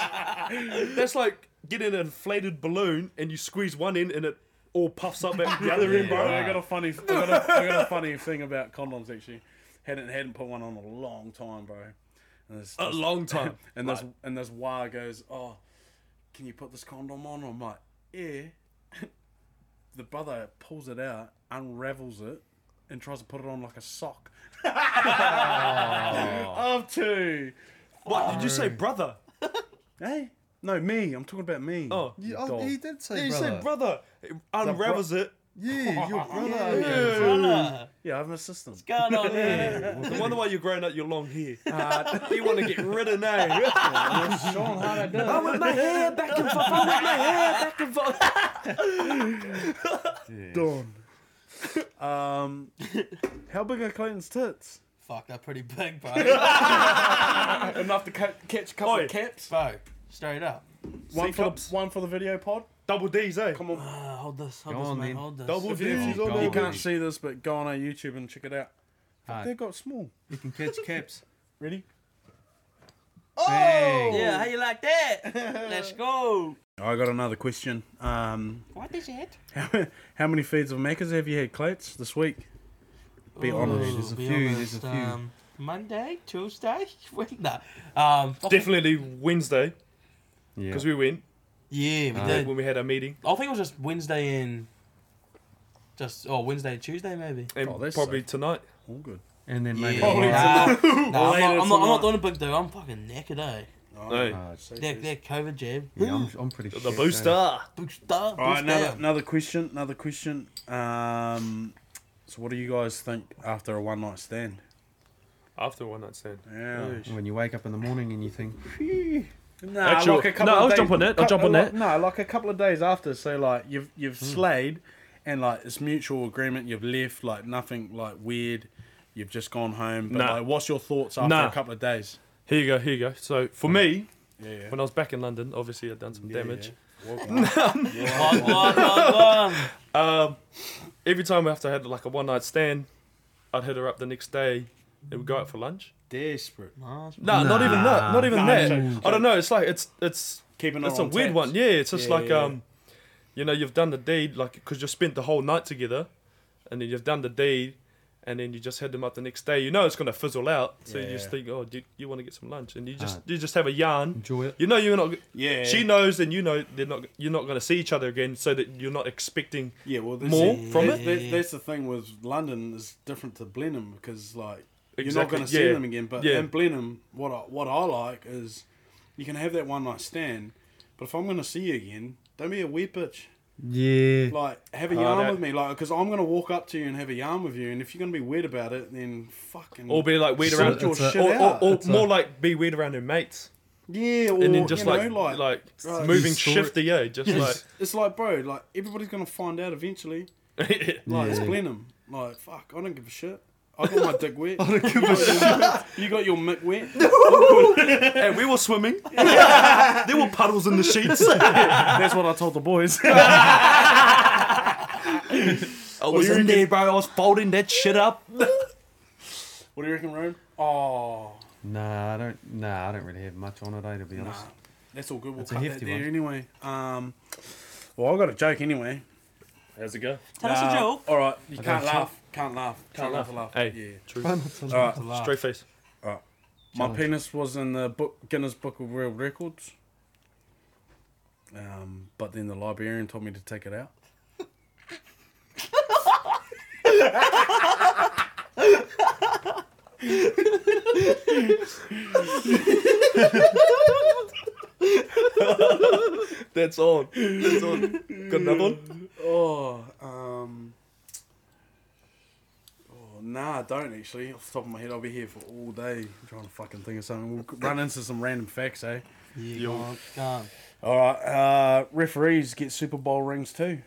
S4: That's like getting an inflated balloon and you squeeze one end and it all puffs up at the other end,
S3: Bro,
S4: bro.
S3: I got a funny, I got a, I got a funny thing about condoms actually. Hadn't hadn't put one on in a long time, bro. And this,
S4: A long time.
S3: and this and this wire goes, oh, can you put this condom on? I'm like, yeah. the brother pulls it out, unravels it, and tries to put it on like a sock. Up to,
S4: What did you say, brother?
S3: hey, no me. I'm talking about me.
S4: Oh.
S6: You,
S3: You dog.
S6: oh, you did say
S4: You
S6: brother.
S4: said brother. It unravels it.
S6: Yeah, your brother.
S4: Yeah.
S5: brother
S3: yeah, I have an assistant.
S5: what's going on oh, here
S6: Oh,
S4: No wonder why you're growing out your long hair. you want to get rid of now.
S3: Sean Hard I
S4: I want my hair back and forth. I want my hair back and forth.
S3: Done. um, how big are Clayton's tits?
S5: fuck they're pretty big bro
S3: Enough to ca- catch a couple
S4: Oi.
S3: of caps.
S5: bro straight up
S3: One for, the,
S4: cups.
S3: one for the video pod.
S4: Double D's, eh?
S3: Come on.
S5: Ah, hold this, hold
S6: Go
S5: this,
S6: on,
S5: mate,
S6: then.
S5: hold this.
S4: Double
S3: If you,
S4: D's
S3: if you-
S4: on
S6: Oh,
S3: you
S4: double
S3: can't
S4: D's.
S3: see this, but go on our YouTube and check it out.
S6: Alright.
S3: They got small.
S6: You can catch caps.
S3: Ready?
S6: Bang.
S5: Oh! Yeah, how you like that? Let's go.
S3: I got another question. Um,
S5: What is it?
S3: how, how many feeds of Macca's have you had, Clates, this week? Be honest.
S6: There's a few, there's a few.
S5: Um, Monday, Tuesday, Wednesday. Nah. Um, I think-
S4: Definitely Wednesday
S6: Yeah.
S4: because we went
S5: Yeah, we
S6: Uh,
S5: did.
S4: when we had our meeting
S5: I think it was just Wednesday and just oh Wednesday and Tuesday maybe.
S4: and
S3: Oh, that's
S4: probably
S3: sick.
S4: tonight.
S3: All good.
S6: and then
S5: Yeah.
S6: maybe
S4: Holy
S6: tomorrow.
S5: Nah, nah, I'm, not,
S3: Later
S5: I'm, not, I'm
S3: tonight.
S5: not doing a big deal. I'm fucking knackered, eh?
S3: Oh,
S4: Hey,
S6: Uh,
S5: That, that COVID jab.
S6: yeah, I'm, I'm pretty sure.
S4: the booster.
S5: Boost up,
S3: All right,
S5: boost
S3: another,
S5: down.
S3: another question. Another question. Um, so, what do you guys think after a one night stand?
S4: After one night stand.
S3: Yeah.
S6: When you wake up in the morning and you think,
S3: No,
S4: Actual- no, I'll jump on that, I'll jump on
S3: like,
S4: that. Hmm.
S3: No, like a couple of days after, so like you've you've slayed, and like it's mutual agreement. You've left like nothing like weird. You've just gone home. But
S4: Nah.
S3: like, what's your thoughts after
S4: Nah.
S3: a couple of days?
S4: Here you go, here you go. So for me,
S3: Yeah, yeah.
S4: when I was back in London, obviously I'd done some
S3: Yeah,
S4: damage.
S3: yeah. Welcome.
S5: One, one, one, one.
S4: Um, every time after I had like a one night stand, I'd hit her up the next day and we'd go out for lunch.
S3: Desperate.
S5: Nice.
S4: No, not even that. Not even
S3: Nah,
S4: that.
S3: joke, joke.
S4: I don't know. It's like it's it's
S3: Keeping it
S4: it's a
S3: on
S4: weird
S3: taps.
S4: one. Yeah, it's just
S3: Yeah,
S4: like
S3: yeah,
S4: um, you know, you've done the deed like because you spent the whole night together, and then you've done the deed, and then you just hit them up the next day. You know it's gonna fizzle out, so
S3: Yeah,
S4: you just
S3: yeah.
S4: think, oh, do you, you want to get some lunch, and you just
S6: Ah.
S4: you just have a yarn.
S6: enjoy it.
S4: You know you're not.
S3: Yeah.
S4: She knows, and you know they're not. You're not gonna see each other again, so that you're not expecting.
S3: Yeah, well, this
S4: More
S3: is-
S4: from
S3: that-
S4: it?
S3: that- that's the thing with London is different to Blenheim because like you're not
S4: Exactly,
S3: going to see
S4: yeah.
S3: them again. But
S4: Yeah.
S3: in Blenheim, what I, what I like is you can have that one night stand, but if I'm going to see you again, don't be a weird bitch.
S6: Yeah.
S3: Like have a
S4: Oh,
S3: yarn
S4: that-
S3: with me, like because I'm going to walk up to you and have a yarn with you, and if you're going to be weird about it, then fucking
S4: Or be like weird
S3: sort
S4: around,
S3: your
S6: it's a-
S3: shit
S4: or, or,
S3: out.
S4: or
S6: It's a-
S4: more like be weird around her mates,
S3: yeah, or
S4: and then just
S3: you know,
S4: like
S3: like,
S4: like,
S3: right.
S4: moving
S6: You saw it.
S4: shifty, yeah, just
S3: it's, it's like bro, like everybody's going to find out eventually.
S4: like
S3: Like it's
S6: Yeah.
S3: Blenheim. Like fuck, I don't give a shit. I got my dick wet. I don't give a shit. You got your mick wet.
S4: and we were swimming. there were puddles in the sheets.
S3: That's what I told the boys.
S4: I was in there, bro. I was folding that shit up.
S3: What do you reckon, Rome? Oh,
S6: Nah, I don't. Nah, I don't really have much on it, eh, to be
S3: nah,
S6: honest.
S3: that's all good. We'll
S6: That's a
S3: cut that
S6: hefty
S3: there
S6: one.
S3: anyway. Um, well, I got a joke anyway.
S4: How's it go?
S5: Tell us a
S3: Nah,
S5: joke.
S3: All right, you
S6: I
S3: can't
S6: don't-
S3: laugh. Can't laugh. Can't laugh. Laugh.
S4: Hey,
S3: Yeah.
S4: true.
S6: Why not to-
S3: All right.
S5: Laugh.
S4: Straight face.
S3: My
S6: Challenge.
S3: penis was in the book Guinness Book of World Records. Um, but then the librarian told me to take it out.
S4: That's on. That's on. Got another one?
S3: Oh, um, oh, nah, I don't actually. Off the top of my head, I'll be here for all day trying to fucking think of something. We'll run into some random facts, eh?
S5: Yeah, go on, go on.
S3: All right, uh, referees get Super Bowl rings too.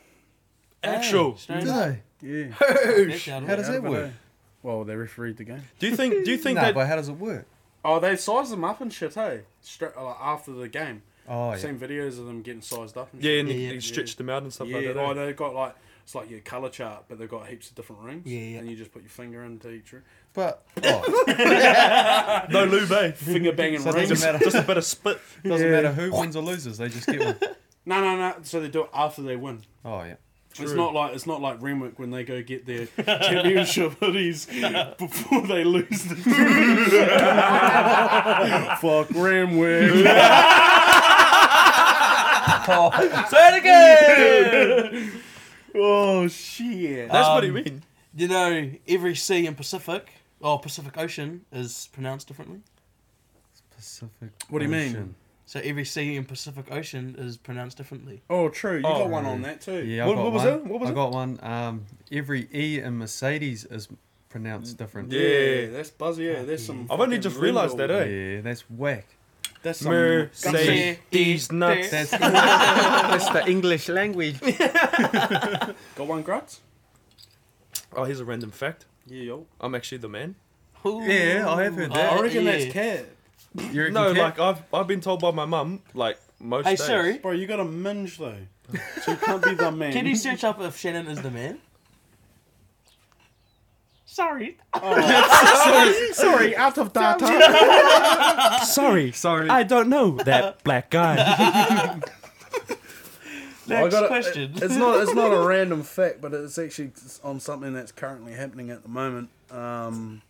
S5: Hey,
S4: Actual.
S5: straight
S6: Do
S5: up.
S6: they?
S3: Yeah.
S5: That's out of
S6: How
S5: it.
S6: does that
S3: But, uh,
S6: work?
S3: Well, they refereed the game.
S4: Do you think? Do you think
S6: Nah,
S4: that?
S6: but how does it work?
S3: Oh, they sized them up and shit, hey? Straight, like, after the game.
S6: Oh, yeah.
S3: I've seen videos of them getting sized up and
S4: yeah,
S3: shit.
S4: and
S5: Yeah,
S4: they-
S5: yeah.
S4: they stretched them out and stuff
S3: Yeah,
S4: like that. eh?
S3: oh, they've got like, it's like your colour chart, but they've got heaps of different rings.
S5: Yeah, yeah.
S3: And you just put your finger into each ring.
S6: But oh,
S4: No lube, eh?
S3: Finger banging
S6: so it
S3: rings.
S6: doesn't matter.
S4: Just a bit of spit.
S6: Doesn't
S3: Yeah.
S6: matter who wins or loses. They just get one.
S3: No, no, no. So they do it after they win.
S6: Oh yeah.
S3: It's
S4: True.
S3: not like it's not like Renwick when they go get their championship hoodies before they lose. The Fuck Renwick.
S5: Say it again.
S3: oh shit.
S4: That's what he
S5: Um,
S4: mean.
S5: you know, every sea in Pacific or Pacific Ocean is pronounced differently.
S6: Pacific.
S3: What do you mean?
S6: Ocean.
S5: So every sea in Pacific Ocean is pronounced differently.
S3: Oh, true. You
S4: Oh,
S3: got one on that too.
S6: Yeah, I
S4: What-
S6: got
S4: what was
S6: one.
S4: that? What was
S6: I
S4: it?
S6: got one. Um, every E in Mercedes is pronounced different.
S4: Yeah.
S3: that's buzzy. Yeah, that's some.
S4: I've only
S3: fucking
S4: just realised that, eh?
S6: Yeah, that's whack.
S3: That's some.
S4: Mercedes. These nuts.
S6: That's, that's the English language.
S3: Got one, Grutz?
S4: Oh, here's a random fact.
S3: Yeah, yo.
S4: I'm actually the man.
S6: Yeah, I have heard that.
S5: Uh,
S3: I reckon
S5: yeah.
S3: that's cat.
S6: You reckon
S4: No,
S6: Kev?
S4: like I've I've been told by my mum, like most
S5: Hey
S4: days.
S5: Siri,
S3: Bro, you got a minge though, so you can't be the man.
S5: can you search up if Shannon is the man? Sorry.
S3: Oh.
S4: Sorry, out of data. Sorry,
S6: Sorry.
S4: don't know that black guy.
S3: Well, I
S5: Next
S3: gotta-
S5: question.
S3: It's not it's not a random fact, but it's actually on something that's currently happening at the moment. Um,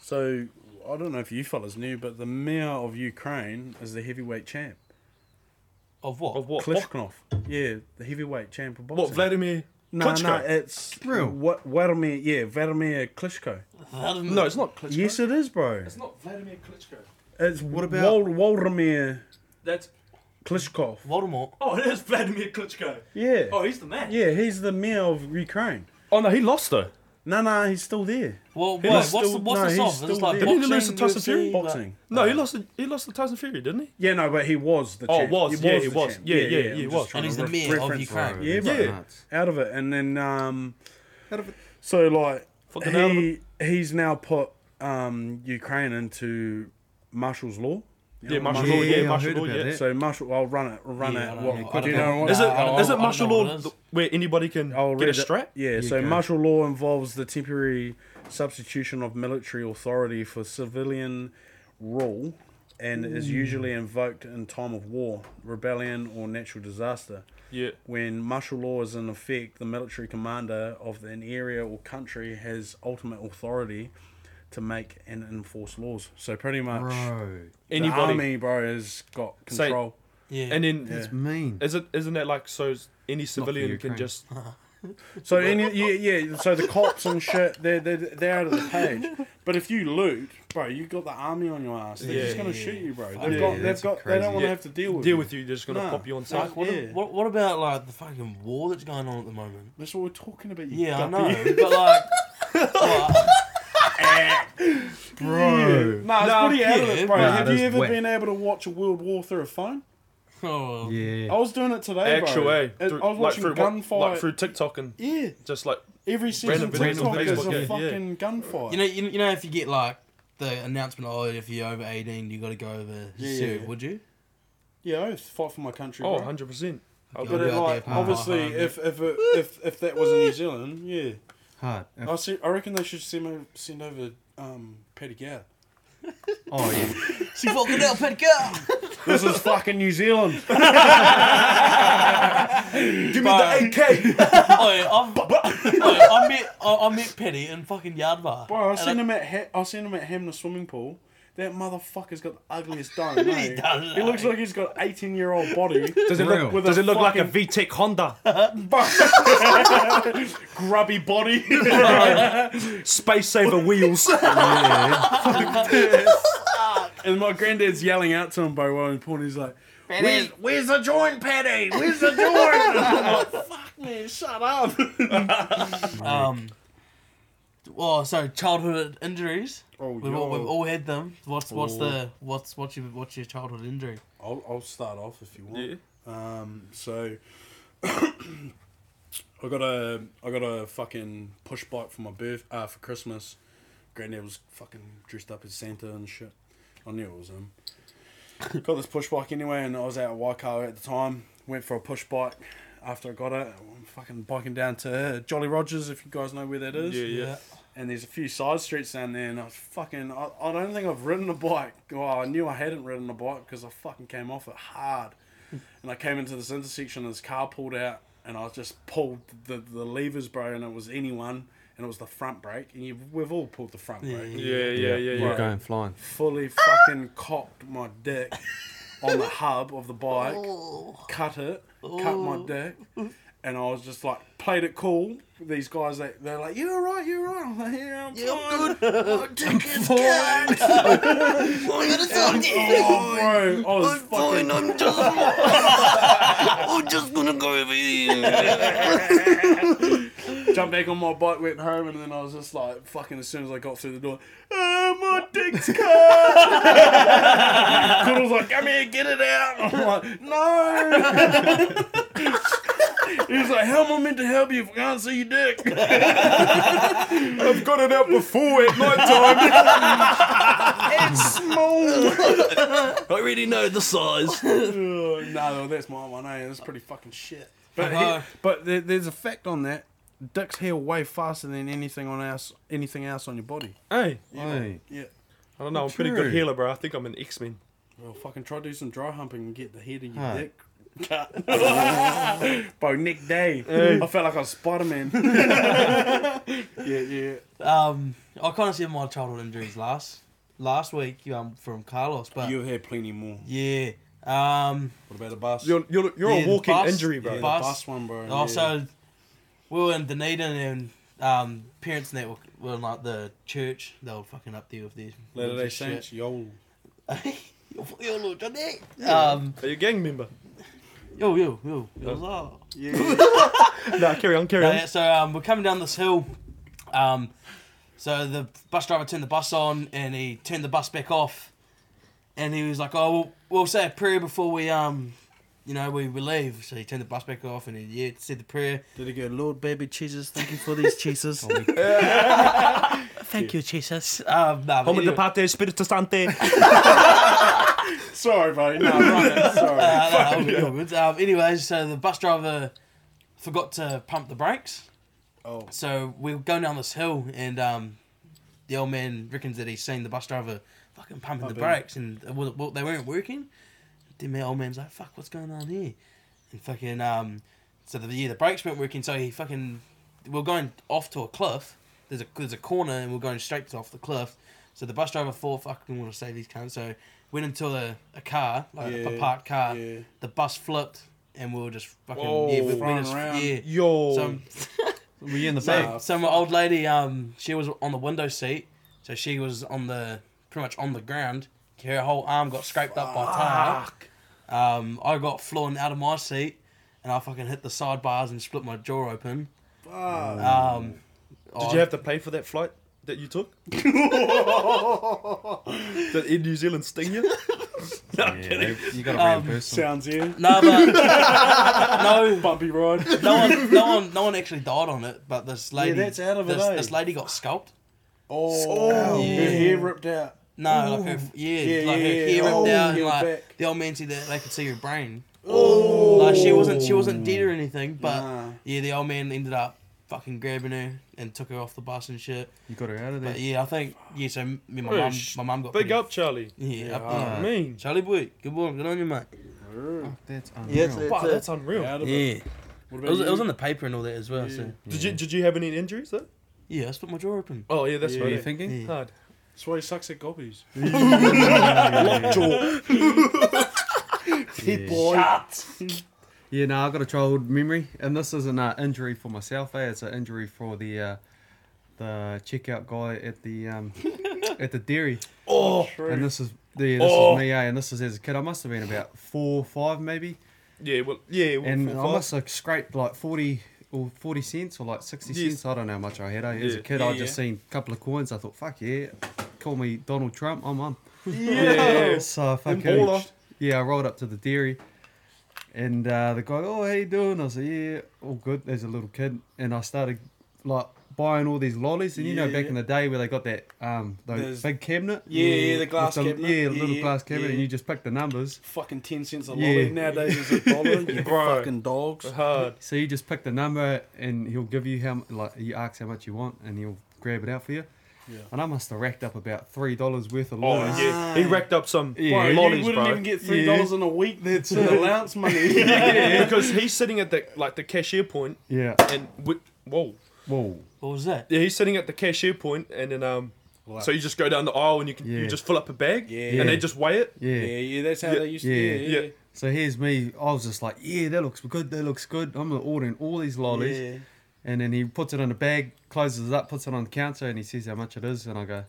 S3: so I don't know if you fellas knew, but the mayor of Ukraine is the heavyweight champ,
S5: of what?
S4: Of what? What,
S3: Klitschkov. Yeah, the heavyweight champ of boxing.
S4: what Vladimir?
S3: No, no,
S4: Klitschko?
S3: it's
S6: Real.
S3: What Vladimir? Yeah, Vladimir Klitschko.
S4: No, it's not Klitschko.
S3: Yes, it is, bro.
S4: It's not Vladimir Klitschko.
S3: It's what
S6: about-
S3: about Waldemir
S2: That's.
S3: Klitschkov?
S5: Voldemort.
S2: Oh, it is Vladimir Klitschko.
S3: Yeah,
S2: Oh, he's the man.
S3: yeah, he's the mayor of Ukraine.
S4: Oh no, he lost though.
S3: No, no, he's still there.
S5: Well,
S3: He
S5: what,
S3: was
S5: what's
S3: still-
S5: the what's
S3: no,
S5: the
S3: he's
S5: song? It's
S3: still
S5: like
S3: there.
S5: boxing,
S4: Didn't he lose to Tyson
S5: UFC,
S4: Fury?
S5: like-
S3: Boxing.
S4: No, he lost. To, he lost to Tyson Fury, didn't he?
S3: Yeah, no, but he was the
S4: Oh,
S3: champ.
S4: was, yeah, he
S3: the
S4: was.
S3: champ.
S4: Yeah, yeah, yeah,
S3: I'm
S4: he
S3: just
S4: was.
S5: And
S3: trying to
S5: he's the
S3: re-
S5: mayor of
S3: reference-
S5: Ukraine.
S3: Yeah, bro.
S4: Yeah.
S6: Nuts.
S3: Out of it, and then um,
S6: Out of it.
S3: so like
S4: Fucking out of
S3: he he's now put um Ukraine into martial's law. You know
S4: Yeah,
S3: what
S4: martial
S6: Yeah,
S4: law.
S6: yeah,
S4: Yeah,
S6: I
S4: martial
S6: heard
S4: law.
S6: about
S4: Yeah.
S6: that.
S3: So martial, I'll run it. Run
S5: Yeah, I
S3: it.
S5: don't know. I
S3: What,
S5: don't
S3: do you
S5: know.
S3: know what?
S4: Is it
S5: I don't
S4: is
S5: know-
S4: it
S5: I
S4: martial
S5: don't know
S4: law
S5: what it is.
S4: th- where anybody can
S3: I'll
S4: get
S3: read
S4: a
S3: it.
S4: strap?
S3: Yeah,
S6: you
S3: so
S6: go.
S3: martial law involves the temporary substitution of military authority for civilian rule and is
S4: Hmm.
S3: usually invoked in time of war, rebellion, or natural disaster.
S4: Yeah.
S3: When martial law is in effect, the military commander of an area or country has ultimate authority to make and enforce laws. So pretty much,
S6: Bro,
S3: the
S4: Anybody.
S3: army, bro, has got
S4: Say-
S3: control.
S5: Yeah.
S4: And then
S6: it's mean.
S4: is it isn't that like so s- any civilian
S6: Ukraine.
S4: can just
S3: So any yeah yeah. So the cops and shit, they're they're, they're out of the page. But if you loot, bro, you got the army on your ass. They're just
S4: Yeah.
S3: gonna shoot you, bro. They've
S5: Yeah,
S3: got they've
S6: that's
S3: got they
S6: crazy.
S3: don't want to
S4: Yeah.
S3: have to deal with
S4: deal with you? They're just gonna
S3: Nah.
S4: pop you on
S3: Nah.
S4: side.
S5: like, what,
S3: yeah.
S5: what, what about like the fucking war that's going on at the moment?
S3: That's what we're talking about. You
S5: Yeah, I
S3: guppy.
S5: know, but like, like,
S6: bro.
S3: Nah, it's
S5: Nah,
S3: pretty out of
S5: yeah,
S3: it, bro.
S6: nah,
S3: have you
S6: that's
S3: ever
S6: whack.
S3: been able to watch a World War through a phone?
S5: oh,
S3: I
S6: Yeah.
S3: was doing it today,
S4: Actual
S3: bro.
S4: A.
S3: It-
S4: Through,
S3: I was
S4: like
S3: watching
S4: through what-
S3: gunfire.
S4: like through TikTok and
S3: yeah,
S4: just like
S3: every
S4: Random
S3: season
S4: videos
S3: TikTok
S4: on
S3: is
S4: Facebook,
S3: a
S4: yeah, yeah.
S3: fucking gunfight.
S5: you know, you, you know, if you get like the announcement, oh, if you're over 18, you got to go over
S3: Yeah,
S5: Syria,
S3: yeah.
S5: would you?
S3: yeah, oath, fight for my country,
S4: oh
S3: bro.
S4: 100 percent. Ah,
S5: I'll
S3: But
S5: be
S3: it,
S5: out there
S3: like,
S5: for my
S3: obviously,
S5: home.
S3: if if, it, if if that was in New Zealand, yeah.
S6: Hard.
S3: I, see, I reckon they should send, o- send over um, Petty Gow.
S6: Oh, yeah.
S5: she fucking out, pet girl.
S3: This is fucking New Zealand.
S4: Give
S5: Bro.
S4: the AK.
S5: Oi, I've, oi, I met I, I met Petty in fucking Yard Bar.
S3: Bro, I
S5: And
S3: seen him at ha- I seen him at Hamner swimming pool. That motherfucker's got the ugliest dome. eh?
S5: He does,
S3: He looks
S5: eh?
S3: like he's got eighteen year old body.
S4: Does it
S6: Real.
S4: look,
S3: With
S4: does
S3: a
S4: it look like a
S3: fucking-
S4: VTEC Honda?
S3: grubby body.
S4: Space saver wheels.
S3: and my granddad's yelling out to him, bro, while in porn. He's like, Where's, where's the joint, Petty? Where's the joint? I'm like, Fuck, man, shut up.
S5: Um. Well, so childhood injuries.
S3: Oh,
S5: We've all, we've all had them. What's what's the what's what's your what's your childhood injury?
S3: I'll, I'll start off if you want.
S4: yeah.
S3: Um, so I got a I got a fucking push bike for my birth uh, for Christmas. Granddad was fucking dressed up as Santa and shit. I knew it was him. got this push bike anyway, and I was out at Waikato at the time. Went for a push bike after I got it. I'm fucking biking down to Jolly Rogers if you guys know where that is
S4: Yeah, yeah.
S3: and there's a few side streets down there, and I was fucking, I, I don't think I've ridden a bike. Well, I knew I hadn't ridden a bike because I fucking came off it hard. and I came into this intersection, and this car pulled out, and I just pulled the, the levers, bro, and it was anyone, and it was the front brake, and you, we've all pulled the front brake.
S4: Yeah, yeah, yeah,
S6: You're
S4: yeah.
S6: going flying.
S3: Fully fucking cocked my dick on the hub of the bike, cut it, cut my dick, and I was just like, played it cool. These guys, they, they're like, you're alright, you're alright. I'm like, yeah, I'm fine." Oh, bro, I was fucking.
S1: I'm just, I'm just gonna go over here.
S3: Jumped back on my bike, went home, and then I was just like, fucking, as soon as I got through the door, oh, my dick's cut! Cuddle's like, come here, get it out! I'm like, no! He was like, "How am I meant to help you if I can't see your dick?"
S4: I've got it out before at night time.
S1: I already know the size.
S3: no, that's my one. Eh? That's pretty fucking shit. But
S5: Uh-huh.
S3: he- but there, there's a fact on that. Dicks heal way faster than anything on else anything else on your body.
S4: hey,
S6: Hey,
S3: Yeah.
S4: I don't know. I'm a pretty
S6: True.
S4: good healer, bro. I think I'm an X Men.
S3: Well, fucking try to do some dry humping and get the head of your
S6: Huh.
S3: dick. cut. Bro, Nick Day. I felt like I was Spider Man. yeah, yeah.
S5: Um, I can't see my childhood injuries last last week um, from Carlos, but
S3: You had plenty more.
S5: yeah. Um,
S3: What about the bus?
S4: You're you're, you're
S5: Yeah,
S4: a walking
S5: bus-
S4: injury, bro.
S3: yeah, the
S5: bus.
S3: bus one, bro.
S1: Oh,
S3: yeah.
S5: also, we were in Dunedin and um, parents network were in like the church. They were fucking up there with their
S3: Latter Day
S5: religious
S3: Saints, yo.
S5: shit. Yo, little Johnny. Um,
S4: Are you a gang member?
S5: yo, yo, yo. yo. Oh.
S4: nah, carry on, carry
S5: No,
S4: on.
S5: yeah, so um, we're coming down this hill. Um, so the bus driver turned the bus on and he turned the bus back off. And he was like, "Oh, we'll, we'll say a prayer before we um, you know, we, we leave." So he turned the bus back off and he yeah said the prayer.
S1: Did he go, Lord, baby Jesus, thank you for these cheeses.
S5: Thank you, Jesus. Um, nah, but anyway,
S4: Parte Spiritus Sante.
S3: Sorry, buddy. No, I'm running. Sorry.
S5: uh, no, all good, all good. Um, anyways, so the bus driver forgot to pump the brakes.
S3: Oh.
S5: So we're going down this hill, and um, the old man reckons that he's seen the bus driver fucking pumping the
S3: Pumping.
S5: brakes, and it wasn't- well, they weren't working. Then the old man's like, "Fuck, what's going on here?" And fucking um, so the yeah, the brakes weren't working, so he fucking we're going off to a cliff. There's a there's a corner, and we're going straight to off the cliff. So the bus driver thought, "Fuck, we want to save these cunts," so went into a, a car, like a
S3: Yeah,
S5: parked car.
S3: yeah.
S5: The bus flipped, and we were just fucking
S4: Whoa,
S5: yeah, we, we
S3: thrown
S5: just,
S3: around.
S5: yeah.
S4: Yo.
S5: So
S6: were you in the
S5: so,
S6: back?
S5: so my old lady, um, she was on the window seat, so she was on the pretty much on the ground. Her whole arm got scraped up by tire. Um, I got flown out of my seat, and I fucking hit the side bars and split my jaw open. Um,
S4: Did you have to pay for that flight that you took? Did in New Zealand sting you?
S6: Yeah, you got a round
S5: Um,
S6: person.
S3: Sounds in.
S5: no, but no,
S3: Bumpy ride.
S5: no one, no one, no one actually died on it. But this lady,
S3: that's out of it,
S5: this,
S3: eh?
S5: this lady got scalped.
S3: Oh,
S5: Yeah.
S3: her hair ripped out.
S5: No, like her, yeah,
S3: Yeah,
S5: like her
S3: yeah,
S5: hair
S3: yeah.
S5: ripped
S3: Oh,
S5: out, and
S3: your
S5: like
S3: back.
S5: the old man said that they could see her brain. Oh, like she wasn't, she wasn't dead or anything, but
S3: Nah.
S5: yeah, the old man ended up fucking grabbing her and took her off the bus and shit.
S6: You got her out of there.
S5: But yeah, I think yeah. So me, and my
S4: Oh,
S5: mum,
S4: sh-
S5: my mum got
S4: Big
S5: pretty-
S4: up, Charlie.
S5: Yeah,
S3: Yeah,
S5: up-
S3: alright.
S5: yeah.
S4: Man,
S5: Charlie boy, good boy, good on you, mate.
S6: Fuck, that's unreal.
S1: Yes, it-
S4: wow, that's unreal.
S3: Out of it.
S5: Yeah, it
S3: What about
S5: was, it
S3: you?
S5: was in the paper and all that as well.
S3: Yeah.
S5: So
S4: Did you did you have any injuries though?
S5: yeah, I split my jaw open.
S4: Oh yeah, that's
S3: Yeah.
S6: What are
S4: right.
S6: you thinking?
S5: Yeah.
S4: Hard.
S3: That's why he sucks at gobbies.
S4: Lockjaw.
S6: Yeah. Yeah, no, I've got a childhood memory, and this isn't an uh, injury for myself. Eh? It's an injury for the uh, the checkout guy at the um, at the dairy.
S4: Oh,
S6: And this is yeah, this
S4: Oh.
S6: is me, eh? And this is as a kid. I must have been about four, or five, maybe.
S4: yeah. Well, yeah. well,
S6: And
S4: for
S6: I
S4: five.
S6: must have scraped like forty or forty cents or like sixty
S4: Yes.
S6: cents. I don't know how much I had. Eh? As
S4: Yeah.
S6: a kid,
S3: Yeah,
S6: I just
S3: yeah.
S6: seen a couple of coins. I thought, fuck yeah, call me Donald Trump. I'm on.
S4: Yeah.
S6: So
S4: And
S6: fucking
S4: baller.
S6: yeah, I rolled up to the dairy, and uh, the guy, oh, how you doing? I said, yeah, all good. As a little kid, and I started like buying all these lollies, and you know,
S3: Yeah,
S6: back
S3: yeah.
S6: in the day where they got that um, the
S3: Those-
S6: big cabinet.
S3: Yeah, yeah, the
S6: with
S3: glass cabinet.
S6: Yeah, the
S3: Yeah,
S6: little
S3: yeah,
S6: glass cabinet,
S3: yeah.
S6: and you just pick the numbers.
S3: Fucking 10 cents a
S6: Yeah.
S3: lolly. Nowadays it's a dollar. You
S4: Bro.
S3: fucking dogs.
S4: Hard.
S6: So you just pick the number, and he'll give you how mu- like you ask how much you want, and he'll grab it out for you.
S3: Yeah.
S6: And I must have racked up about three dollars worth of
S4: Oh
S6: lollies.
S4: yeah. He racked up some
S6: Yeah.
S3: Bro,
S4: lollies,
S3: you wouldn't
S4: bro.
S3: even get $3 dollars
S6: Yeah.
S3: in a week. That's an allowance money.
S4: yeah, because he's sitting at the like the cashier point
S6: Yeah.
S4: and wi- whoa.
S6: Whoa.
S5: What was that?
S4: Yeah, he's sitting at the cashier point, and then um, so you just go down the aisle and you can you
S6: Yeah.
S4: just fill up a bag,
S3: Yeah.
S4: and they just weigh it.
S6: Yeah.
S3: Yeah, yeah, that's how
S4: Yeah.
S3: they used to
S6: Yeah.
S3: yeah, yeah.
S4: Yeah.
S6: So here's me. I was just like, yeah, that looks good. That looks good. I'm ordering all these lollies.
S3: Yeah.
S6: And then he puts it in a bag, closes it up, puts it on the counter, and he says how much it is. And I go,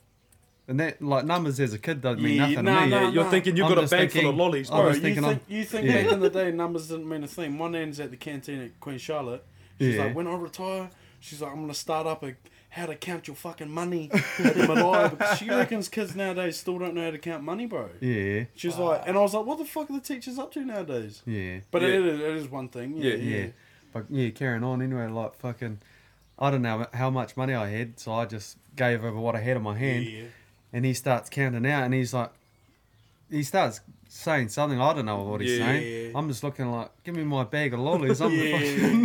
S6: and that like numbers as a kid doesn't mean
S3: Yeah,
S6: nothing
S3: nah,
S6: to me.
S3: nah,
S4: Yeah, you're
S3: nah.
S4: thinking you've
S6: I'm
S4: got a
S6: just
S4: bag full of
S6: thinking-
S4: lollies,
S6: I
S4: bro.
S3: Bro,
S6: was
S3: you
S6: thinking
S3: think,
S6: I'm-
S3: you think
S6: yeah.
S3: back in the day numbers didn't mean a thing. My nan's at the canteen at Queen Charlotte. She's
S6: Yeah.
S3: like, when I retire, she's like, I'm gonna start up a how to count your fucking money at the Malaya because she reckons kids nowadays still don't know how to count money, bro.
S6: Yeah.
S3: She's like, and I was like, what the fuck are the teachers up to nowadays?
S6: Yeah.
S3: But
S4: Yeah.
S3: it, is, it is one thing.
S4: Yeah,
S3: Yeah, yeah.
S6: Yeah. But yeah, carrying on anyway, like fucking, I don't know how much money I had, so I just gave over what I had in my hand.
S3: Yeah.
S6: And he starts counting out, and he's like, he starts saying something. I don't know what he's
S4: Yeah.
S6: saying. I'm just looking like, give me my bag of lollies. I'm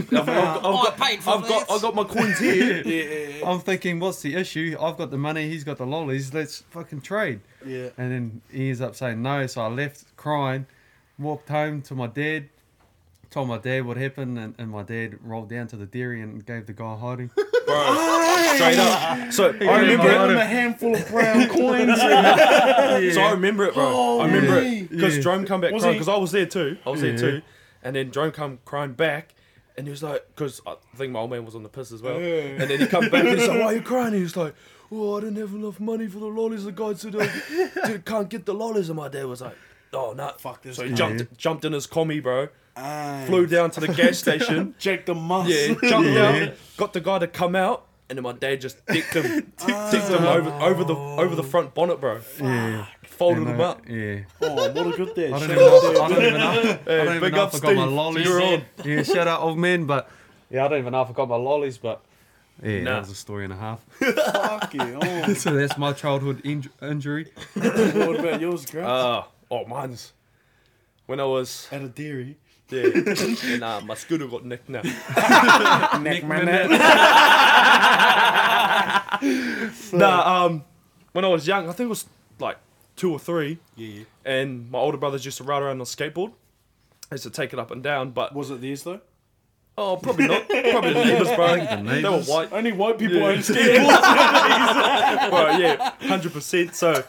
S6: fucking,
S4: I've, got,
S3: Oh,
S5: I paid for
S4: I've got,
S5: this.
S4: I've got my coins here.
S6: I'm thinking, what's the issue? I've got the money, he's got the lollies. Let's fucking trade.
S3: Yeah.
S6: And then he ends up saying no, so I left crying, walked home to my dad, told my dad what happened, and, and my dad rolled down to the dairy and gave the guy a hiding.
S4: Bro, straight up. So I
S6: gave
S4: remember
S6: him
S4: it.
S6: a
S3: handful of brown coins.
S4: So I remember it, bro. I remember it because
S6: Yeah.
S4: Drome come back
S3: Was
S4: crying
S3: he-
S4: because I was there too. I was
S6: Yeah.
S4: there too, and then Drome come crying back, and he was like, because I think my old man was on the piss as well, and then he come back and he's like, why are you crying? And he was like, oh, I didn't have enough money for the lollies. The guy said, I did- can't get the lollies, and my dad was like, oh no,
S3: Fuck this
S4: So he
S3: guy.
S4: jumped jumped in his commie, bro.
S3: Aye.
S4: Flew down to the gas station.
S3: Jake the Musk.
S4: Yeah, jumped down, got the guy to come out, and then my dad just dicked him, dicked him Oh. over over the over the front bonnet, bro.
S6: Yeah.
S4: Folded
S6: And
S4: him
S6: I-
S4: up.
S6: Yeah.
S3: Oh, what a good day.
S6: I
S3: Shout
S6: don't even know.
S3: out
S6: if- I don't even know. I don't
S4: Hey,
S6: even
S4: big
S6: know
S4: up
S6: if I got my
S4: Steve.
S6: lollies.
S4: You're on.
S6: Yeah, shout out old man, but yeah, I don't even know if I got my lollies, but yeah,
S4: Nah.
S6: that was a story and a half.
S3: Fuck you. Oh,
S6: so that's my childhood inj- injury.
S3: what about yours, Greg?
S4: Uh, oh, mine's when I was
S3: At a dairy.
S4: yeah, and uh, my scooter got nicked now.
S3: Neck
S4: nah, um, when I was young, I think it was like two or three,
S3: Yeah.
S4: and my older brothers used to ride around on a skateboard. I used to take it up and down, but
S3: Was it theirs though?
S4: oh, probably not. Probably the neighbors, bro. They were
S6: neighbours.
S4: white.
S3: Only white people
S4: Yeah.
S3: own skateboards.
S4: bro, yeah, hundred percent. So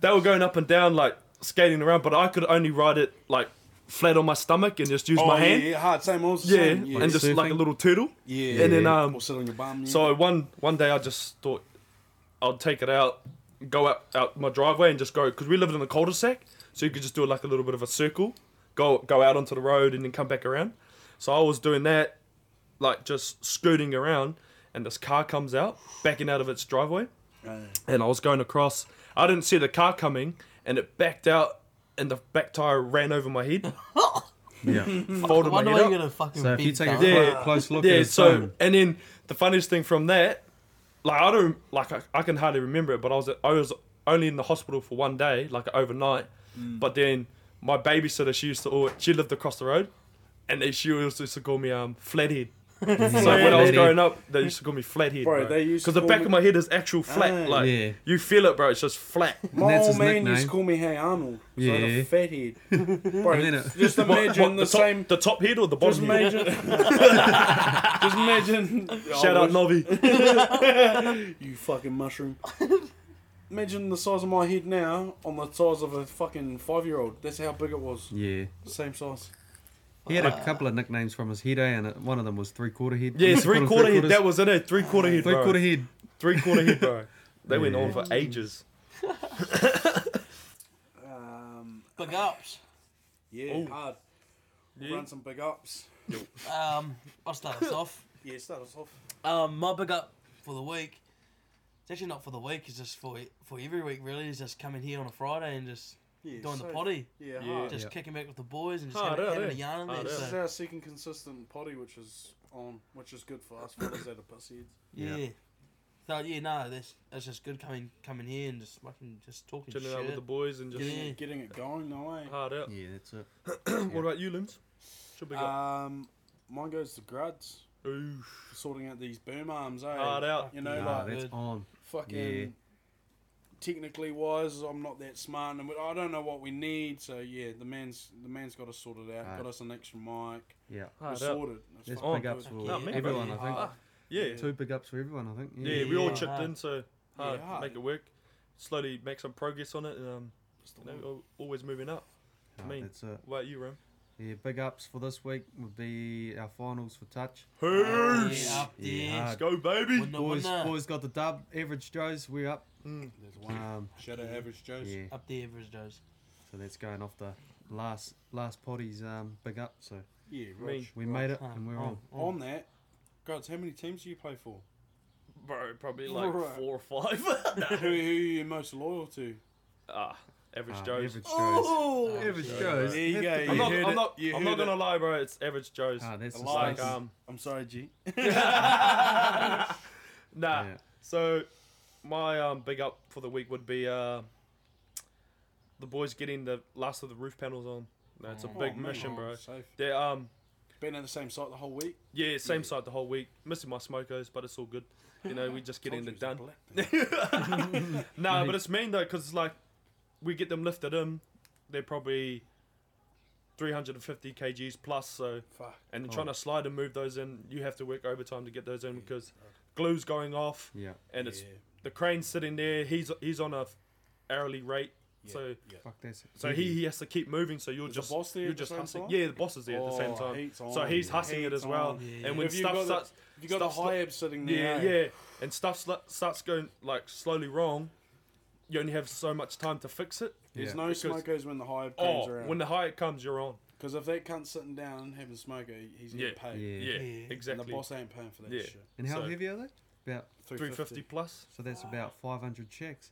S4: they were going up and down, like skating around, but I could only ride it like flat on my stomach and just use
S3: oh,
S4: my
S3: yeah,
S4: hand,
S3: Yeah, hard. Same. Ours. the
S4: yeah,
S3: same, Yeah.
S4: and just like a
S6: Surfing.
S4: little turtle.
S3: yeah.
S4: And then
S6: Yeah.
S4: um,
S3: Or sit on your bum. Yeah.
S4: So one one day I just thought I'll take it out, go out, out my driveway and just go because we lived in a cul-de-sac, so you could just do like a little bit of a circle, go go out onto the road and then come back around. So I was doing that, like just scooting around, and this car comes out, backing out of its driveway, and I was going across. I didn't see the car coming, and it backed out, and the back tire ran over my head,
S6: Yeah.
S5: I
S4: folded my
S5: wonder
S4: head
S5: why you're
S4: up.
S5: gonna fucking
S6: So if
S5: be
S6: you take a
S5: dumb.
S4: Yeah.
S6: clo- close look at
S4: Yeah,
S6: his
S4: so
S6: phone,
S4: and then the funniest thing from that, like I don't like I, I can hardly remember it, but I was I was only in the hospital for one day, like overnight.
S3: Mm.
S4: But then my babysitter, she used to al- she lived across the road, and then she always used to call me um flathead. so when I was
S6: Flathead.
S4: growing up, they used to call me flathead,
S3: Bro,
S4: bro.
S3: they used to
S4: because the
S3: call
S4: back
S3: me-
S4: of my head is actual flat,
S3: Ah.
S4: like
S6: Yeah.
S4: you feel it, bro. It's just flat.
S3: My
S6: that's
S3: old
S6: his
S3: man used to
S6: nickname.
S3: call me Hey Arnold. So yeah.
S6: Yeah.
S3: a fathead. Bro,
S6: And then it-
S3: just
S4: What- what,
S3: imagine the,
S4: top,
S3: same.
S4: the top head or the
S3: Just
S4: bottom head?
S3: imagine. just imagine. Oh,
S4: Shout out Novi.
S3: You fucking mushroom. Imagine the size of my head now on the size of a fucking five year old. That's how big it was.
S6: yeah.
S3: Same size.
S6: He had a couple of nicknames from his head, eh? and it- one of them was three quarter head.
S4: Yeah,
S6: Used to call
S4: three
S6: him
S4: quarter head.
S6: quarters.
S4: That was in it. Three quarter head.
S6: three
S4: bro.
S6: quarter head.
S4: Three quarter hit, bro. They went
S6: Yeah.
S4: on for ages.
S3: Um,
S5: Big ups.
S3: yeah, hard. Run some big ups.
S5: Um, I'll start us off.
S3: Yeah, start us off.
S5: Um, my big up for the week. It's actually not for the week. It's just for for every week. Really, is just coming here on a Friday and just
S3: Yeah,
S5: doing
S3: so-
S5: the potty,
S3: Yeah,
S4: Yeah.
S3: hard.
S5: just
S6: Yeah.
S5: kicking back with the boys and just
S4: Hard
S5: having,
S4: out,
S5: having
S4: eh?
S5: a yarn in there.
S4: Hard
S5: so,
S4: out.
S3: This is our second consistent potty, which is on, which is good for us fellas that are pussyheads.
S5: Yeah.
S6: Yeah.
S5: So yeah, no, that's that's just good coming coming here and just fucking just talking
S4: Chilling
S5: shit.
S4: out with the boys and just
S5: Yeah.
S3: Getting it going, no way.
S4: hard out.
S6: Yeah, that's it.
S4: What about you, Limbs? Should we go?
S3: Um, mine goes to Gruds
S4: Ooh,
S3: for sorting out these boom arms, eh?
S4: hard out.
S3: You know,
S5: Nah,
S3: like
S6: Ah, that's
S5: good.
S6: on.
S3: fucking
S6: Yeah.
S3: technically wise, I'm not that smart, and we- I don't know what we need. So yeah, the man's the man's got us sorted out.
S6: Right.
S3: Got us an extra mic.
S6: Yeah.
S3: We're
S4: Hard out.
S3: sorted. That's
S6: There's
S3: fucking
S6: big ups
S3: good.
S6: for
S5: Nah, me,
S6: everyone,
S5: bro.
S6: I think.
S4: Ah, Yeah. Yeah,
S6: Two big ups for everyone, I think. Yeah.
S4: we all
S5: Yeah,
S4: chipped
S5: hard.
S4: in, so hard.
S3: Yeah, hard.
S4: Make it work. Slowly make some progress on it, and um,
S3: That's the
S4: you know,
S3: one.
S4: al- always moving up.
S6: Ah,
S4: mean.
S6: That's it.
S4: What about you, Ram?
S6: Yeah, big ups for this week would be our finals for touch.
S5: Yeah,
S4: Who's?
S5: up there.
S6: Yeah, hard.
S4: Let's go, baby.
S5: Winner,
S6: boys,
S5: winner.
S6: boys got the dub. Average Joes, we're up.
S3: There's one.
S6: Um,
S3: Shout out Average Joe's.
S6: yeah,
S5: Up there, average Joe's.
S6: so that's going off the last last potty's um, big up. So
S3: Yeah, Rog.
S4: Me.
S6: we made it and we're
S4: Oh,
S5: Oh, Mm.
S6: on.
S3: On that, guys, how many teams do you play for?
S4: Bro, probably like
S3: Alright.
S4: four or five.
S3: who, who are you most loyal to?
S4: ah, Average
S6: Uh,
S4: Joe's.
S6: Average Joe's.
S5: Ooh.
S6: Average Joe's.
S3: There you go.
S4: I'm
S3: You
S4: not,
S3: heard
S4: I'm
S3: it.
S4: not,
S3: You
S4: I'm
S3: heard
S4: not
S3: it.
S4: gonna lie, bro. It's average Joe's.
S6: Ah, that's
S4: It's
S6: just
S4: like,
S3: nice.
S4: um,
S3: I'm sorry, G.
S4: nah.
S6: Yeah.
S4: So, my um, big up for the week would be uh, the boys getting the last of the roof panels on. No,
S3: Oh,
S4: it's a big mission, bro.
S3: Safe.
S4: They're um,
S3: Been at the same site the whole week.
S4: yeah, same site the whole week. Missing my smokers, but it's all good. You know, we just getting
S3: Told you
S4: it
S3: it was a
S4: done.
S3: black thing.
S4: No,
S6: Mm-hmm.
S4: but it's mean though, because like, we get them lifted in, they're probably 350 kgs plus. So,
S3: Fuck.
S4: and trying
S6: Oh.
S4: to slide and move those in, you have to work overtime to get those in because glue's going off,
S6: Yeah.
S4: and it's
S3: Yeah.
S4: the crane's sitting there. He's he's on a f- hourly rate, so
S3: yeah.
S6: Fuck that's
S4: so he, he has to keep moving. So you're
S3: Is the
S4: just
S3: boss there
S4: you're
S3: at the
S4: just
S3: same
S4: hustling.
S3: time?
S4: Yeah, the boss is there at the same
S3: Oh,
S4: time.
S3: heat's
S4: so
S3: on,
S4: he's hustling it
S3: heat's
S4: as well.
S3: on.
S4: And when
S3: If you
S4: stuff
S3: got the-
S4: starts,
S3: You got the
S4: stuff's not-
S3: high ab sitting
S4: yeah,
S3: there.
S4: yeah, and stuff sl- starts going like slowly wrong. You only have so much time to fix it.
S3: There's
S6: Yeah.
S3: no
S4: Because-
S3: smokers when the high ab comes
S4: Oh,
S3: around.
S4: when the hire comes, you're on.
S3: Because if that cunt's sitting down having a smoker, he's
S4: Yeah.
S3: getting paid.
S6: Yeah.
S4: Yeah,
S5: Yeah.
S4: exactly.
S3: And the boss ain't paying for that
S4: Yeah.
S3: shit.
S6: And how
S4: So-
S6: heavy are they? About
S4: 350 plus.
S6: so that's about 500 checks.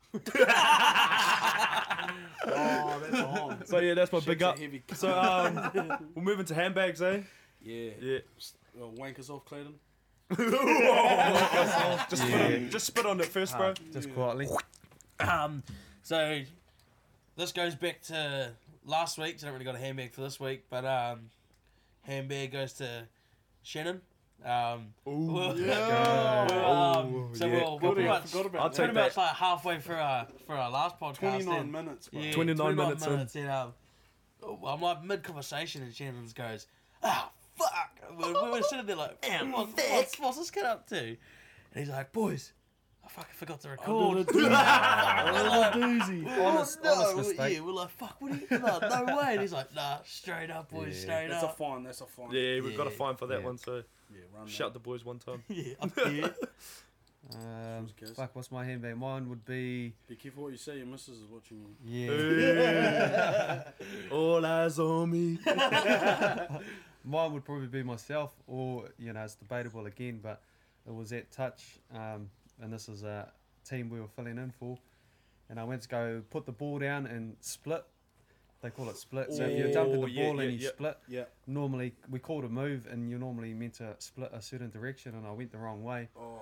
S3: Oh, that's on.
S4: So yeah, that's my big
S3: Shit's a
S4: up.
S3: heavy cunt.
S4: So um, we're moving to handbags, eh?
S3: yeah.
S4: Yeah.
S3: Well, wankers off, Clayton.
S4: Just, Spit on, just spit on it first, bro.
S6: Just quietly.
S5: Um, so this goes back to last week. So I don't really got a handbag for this week, but um, handbag goes to Shannon. Um, we'll-
S4: Oh,
S5: we'll, um, so
S4: yeah.
S5: we'll, we'll pretty
S3: I
S5: much,
S3: forgot about
S4: I'll
S3: that.
S4: take
S5: pretty much like halfway for our for our last podcast.
S3: 29
S5: then.
S3: minutes. bro.
S5: Yeah,
S4: 29 minutes in.
S5: and, um, well, I'm like mid conversation, and Shannon's goes, "Ah, fuck!" We we were sitting there like, "Man, what, what's, what's this kid up to?" And he's like, "Boys, I fucking forgot to record."
S6: Oh,
S4: Oh,
S6: Honest- honest
S5: we-
S6: mistake.
S5: Oh, Yeah, we're like, "Fuck, what are you?" Like, no way. And he's like, "Nah, straight up, boys,
S6: Yeah.
S5: straight
S3: That's a
S5: up."
S3: fine. That's a fine.
S4: Yeah, we've got a
S5: Yeah.
S4: fine for that
S6: Yeah.
S4: one. So
S3: Yeah, run that.
S4: shout the boys one time.
S5: yeah, up here.
S6: Um,
S3: Sounds good.
S6: fuck, what's my handbag? Mine would be.
S3: Be careful what you say. Your missus is watching you.
S6: Yeah.
S4: Hey, All eyes on me.
S6: Mine would probably be myself, or you know, it's debatable again, but it was at touch, um, and this is a team we were filling in for, and I went to go put the ball down and split. They call it split. So if you're dumping
S4: Oh,
S6: the
S4: yeah,
S6: ball
S4: yeah,
S6: and you
S4: yeah.
S6: split,
S3: Yeah.
S6: normally we call it a move, and you're normally meant to split a certain direction, and I went the wrong way,
S3: Oh.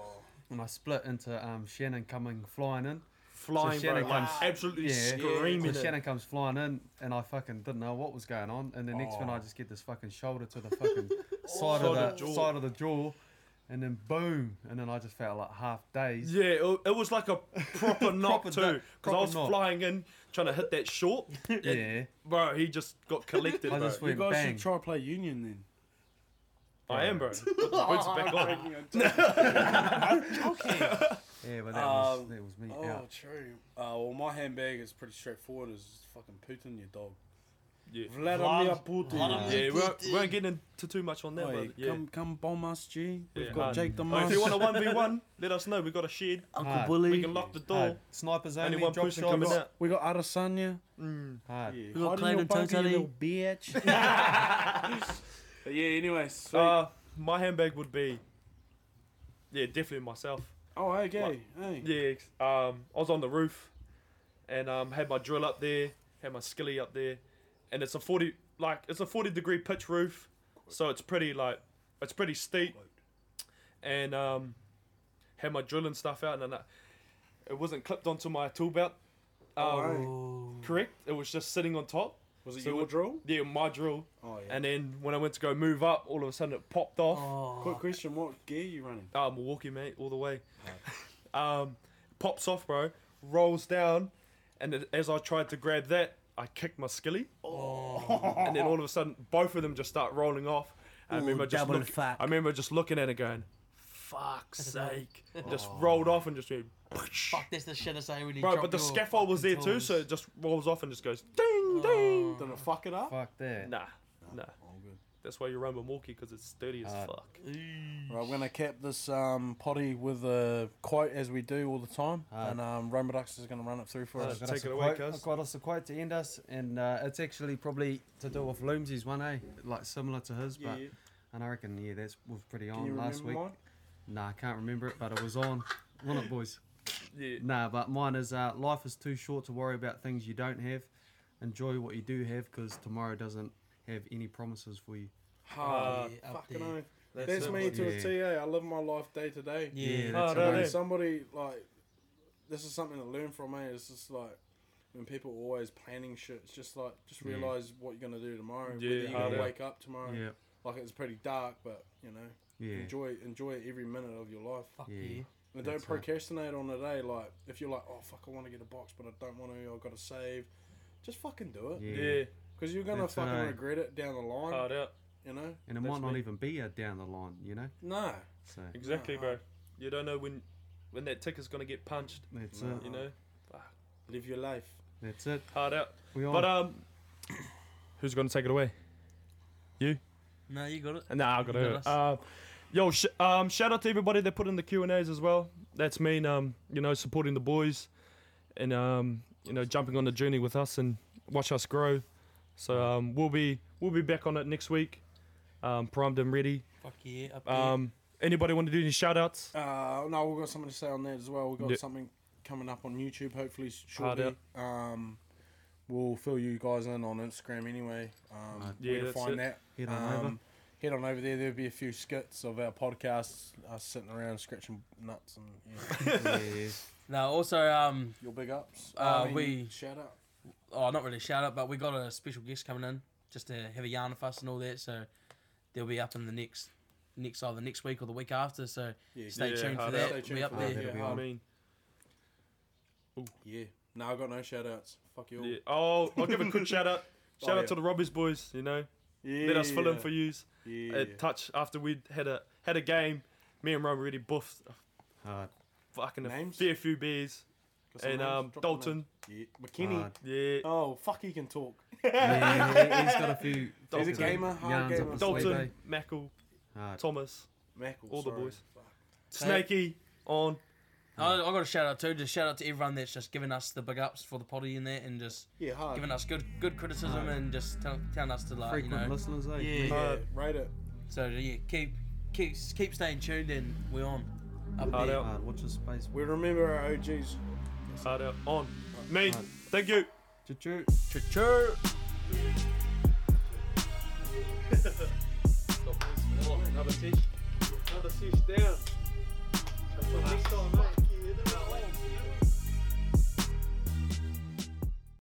S6: and I split into um, Shannon coming flying in.
S4: Flying, bro.
S6: Shannon
S4: Like,
S6: comes-
S4: absolutely
S6: Yeah.
S4: screaming.
S6: So
S4: it.
S6: Shannon comes flying in, and I fucking didn't know what was going on. And the next one, I
S3: Oh.
S6: just get this fucking shoulder to the fucking side
S4: Shoulder,
S6: of the
S4: jaw.
S6: side of the jaw, and then boom, and then I just felt like half dazed.
S4: Yeah, it, it was like a proper knock
S6: Proper
S4: too. Because I
S6: knock, proper
S4: was
S6: knock.
S4: flying in, trying to hit that short.
S6: Yeah,
S4: Bro, he just got collected,
S6: I
S4: bro.
S6: just
S3: You
S6: went
S3: guys
S6: bang.
S3: should try to play union then.
S4: I am, bro. Put the boots back on.
S3: Oh,
S6: Yeah, but that was
S3: Um,
S6: that was me
S3: Oh,
S6: out.
S3: true. Uh, well, my handbag is pretty straightforward. Is fucking Putin, your dog.
S4: Yeah.
S3: Vladimir Putin.
S6: Ah.
S5: Vladimir
S4: Yeah, we won't, we won't get into too much on that,
S3: Oi,
S4: but yeah.
S3: Come, come bomb us, G. We've
S4: Yeah,
S3: got
S4: hard.
S3: Jake the
S4: Oh,
S3: Mouse.
S4: if you want a one v one, let us know. We got a shed.
S6: Hard.
S4: We can lock the
S6: Hard.
S4: door.
S6: Snipers only.
S4: Only one
S6: drop
S4: person
S6: shots.
S4: coming out.
S3: we got Adesanya.
S5: got
S3: Yeah. Hide
S6: Hard.
S3: in your
S5: Clayton
S3: bunker, you
S5: Totally.
S3: little bitch. but yeah. Anyway, sweet.
S4: Uh, my handbag would be, yeah, definitely myself.
S3: oh, okay. Hey.
S4: Yeah, ex- um, I was on the roof, and um, had my drill up there, had my skilly up there, and it's a forty like it's a forty degree pitch roof, so it's pretty like it's pretty steep, and um, had my drill and stuff out, and I, it wasn't clipped onto my tool belt. Um, Correct. It was just sitting on top.
S3: Oh, Was it
S4: So
S3: your
S4: it-
S3: drill?
S4: Yeah, my drill.
S3: Oh yeah. Oh.
S4: And then when I went to go move up, all of a sudden it popped off.
S3: Quick question: What gear you running?
S4: Ah, Milwaukee, mate, all the way. um, pops off, bro. Rolls down, and it, as I tried to grab that, I kicked my skilly. And then all of a sudden, both of them just start rolling off. I remember just
S5: double
S4: look-
S5: fuck.
S4: I remember just looking at it going, "Fuck's sake!" Just rolled off and just went.
S5: Fuck, that's the shit I say when you
S4: Bro,
S5: drop
S4: but the
S5: your
S4: scaffold was there
S5: fucking
S4: too,
S5: tools.
S4: so it just rolls off and just goes ding, ding.
S3: Did it fuck it up?
S6: Fuck that.
S4: Nah, nah. That's why you run Milwaukee because it's sturdy as
S6: Ah.
S4: fuck.
S3: Right, we're gonna cap this um, potty with a quote as we do all the time,
S6: Alright.
S3: and um, Rome Redux is gonna run it through for
S6: So
S3: us.
S6: I've got
S4: take
S6: us
S4: it
S6: a
S4: away,
S6: quote-
S4: cuz.
S6: I've got us a quote to end us, and uh, it's actually probably to do with Loomsy's one, eh? Like similar to his, but and I reckon yeah, that's was pretty on last week. Nah, I can't remember it, but it was on. Wasn't it, boys?
S4: Yeah.
S6: Nah, but mine is uh, life is too short to worry about things you don't have. Enjoy what you do have because tomorrow doesn't have any promises for you.
S3: Hard.
S5: Oh, Yeah, up
S3: fucking
S5: there.
S3: oath.
S4: Uh, That's
S3: That's,
S4: it,
S3: me to
S6: yeah.
S3: a TA. I live my life day to day.
S5: Yeah.
S4: Oh,
S6: that's
S4: no,
S6: about
S3: When
S4: no.
S6: it.
S3: somebody like this is something to learn from, eh? It's just like when people are always planning shit. It's just like just
S6: Yeah.
S3: realize what you're gonna do tomorrow.
S4: Yeah,
S3: whether you're gonna
S4: harder.
S3: wake up tomorrow.
S6: Yeah,
S3: Like it's pretty dark, but you know,
S6: yeah,
S3: enjoy enjoy every minute of your life.
S5: Fuck
S6: Yeah.
S5: yeah.
S3: And
S6: That's
S3: don't
S6: it.
S3: procrastinate on the day. Like if you're like, oh fuck, I want to get a box, but I don't want to. I've got to save. Just fucking do it.
S6: yeah.
S4: Yeah.
S3: Because you're gonna
S6: That's
S3: fucking
S6: right.
S3: regret it down the line.
S4: Hard out.
S3: you know?
S6: And
S4: That's
S6: it might not
S4: me.
S6: even be a down the line, you know.
S3: No.
S6: So
S4: Exactly,
S3: Uh,
S4: bro. You don't know when when that ticker's gonna get punched.
S6: that's
S3: No.
S6: it.
S4: You know,
S3: Live your life.
S6: That's it.
S4: hard out.
S6: We on.
S4: But um, who's gonna take it away?
S5: No, you got it.
S4: Nah, I got
S5: You got
S4: it.
S5: us.
S4: Uh, yo, sh- um, shout out to everybody that put in the Q and A's as well. That's mean. Um, you know, supporting the boys, and um, you know, jumping on the journey with us and watch us grow. So um, we'll be we'll be back on it next week, um, primed and ready.
S5: Fuck yeah. Up there.
S4: Um, anybody want to do any shout outs?
S3: Uh, no, we've got something to say on that as well. We've got
S4: Yeah.
S3: something coming up on YouTube, hopefully
S6: Oh,
S4: Hard
S3: shortly. Um, we'll fill you guys in on Instagram anyway. Um,
S6: Right.
S4: Yeah,
S3: where to
S4: that's
S3: find
S4: it.
S3: that.
S6: Head on over.
S3: Um, Head on over there. There'll be a few skits of our podcasts, us sitting around scratching nuts and yeah,
S6: yeah, yeah.
S5: no, also, um,
S3: your big ups.
S5: Uh,
S3: I mean,
S5: we-
S3: shout out.
S5: oh, not really a shout out, but we got a special guest coming in just to have a yarn with us and all that. So they'll be up in the next, next either next week or the week after. So
S3: Yeah,
S5: stay
S4: Yeah,
S5: tuned for
S4: hard
S5: that.
S4: out.
S3: Stay tuned
S5: we up
S3: for
S5: there.
S3: that.
S6: that'll
S3: yeah,
S6: be
S4: I
S6: on.
S4: mean,
S3: yeah. No, I've got no shout outs. Fuck you all.
S4: yeah. oh, I'll give a quick shout out. Shout
S3: Oh,
S4: out
S3: yeah.
S4: to the Robbers boys. You know, let us fill in for yous.
S3: Yeah.
S4: a touch after we'd had a had a game. Me and Rome really buffed a
S6: Hard.
S4: fucking a
S3: Names?
S4: fair few beers.
S3: Got some
S4: And
S3: names?
S4: um,
S3: Drop the
S4: Dalton,
S3: name. Yeah. McKinney.
S6: Hard.
S4: yeah,
S3: Oh, fuck, he can talk.
S6: Yeah, he's got a few.
S4: Dalton.
S3: He's a gamer, hard
S6: Yarns up
S3: gamer.
S6: his
S4: Dalton,
S6: sleeve, eh?
S4: Mackle,
S3: Uh,
S6: Hard.
S4: Thomas,
S3: Mackle,
S4: All the
S3: sorry.
S4: boys.
S3: Fuck.
S4: Snakey on.
S5: I, I got a shout out too. Just shout out to everyone that's just giving us the big ups for the potty and that, and just
S3: Yeah, hard.
S5: giving us good good criticism and just tell, telling us to like
S6: Frequent
S5: you know.
S6: listeners, eh?
S5: Yeah.
S3: Yeah,
S4: Hard.
S3: rate it.
S5: So yeah, keep keep keep staying tuned and we're on. Up
S4: Hard
S5: there.
S4: out.
S6: Hard. Watch this space.
S3: We remember our OGs.
S4: Hard out on. Me, thank you.
S6: Choo-choo.
S5: Choo-choo.
S7: Another fish down.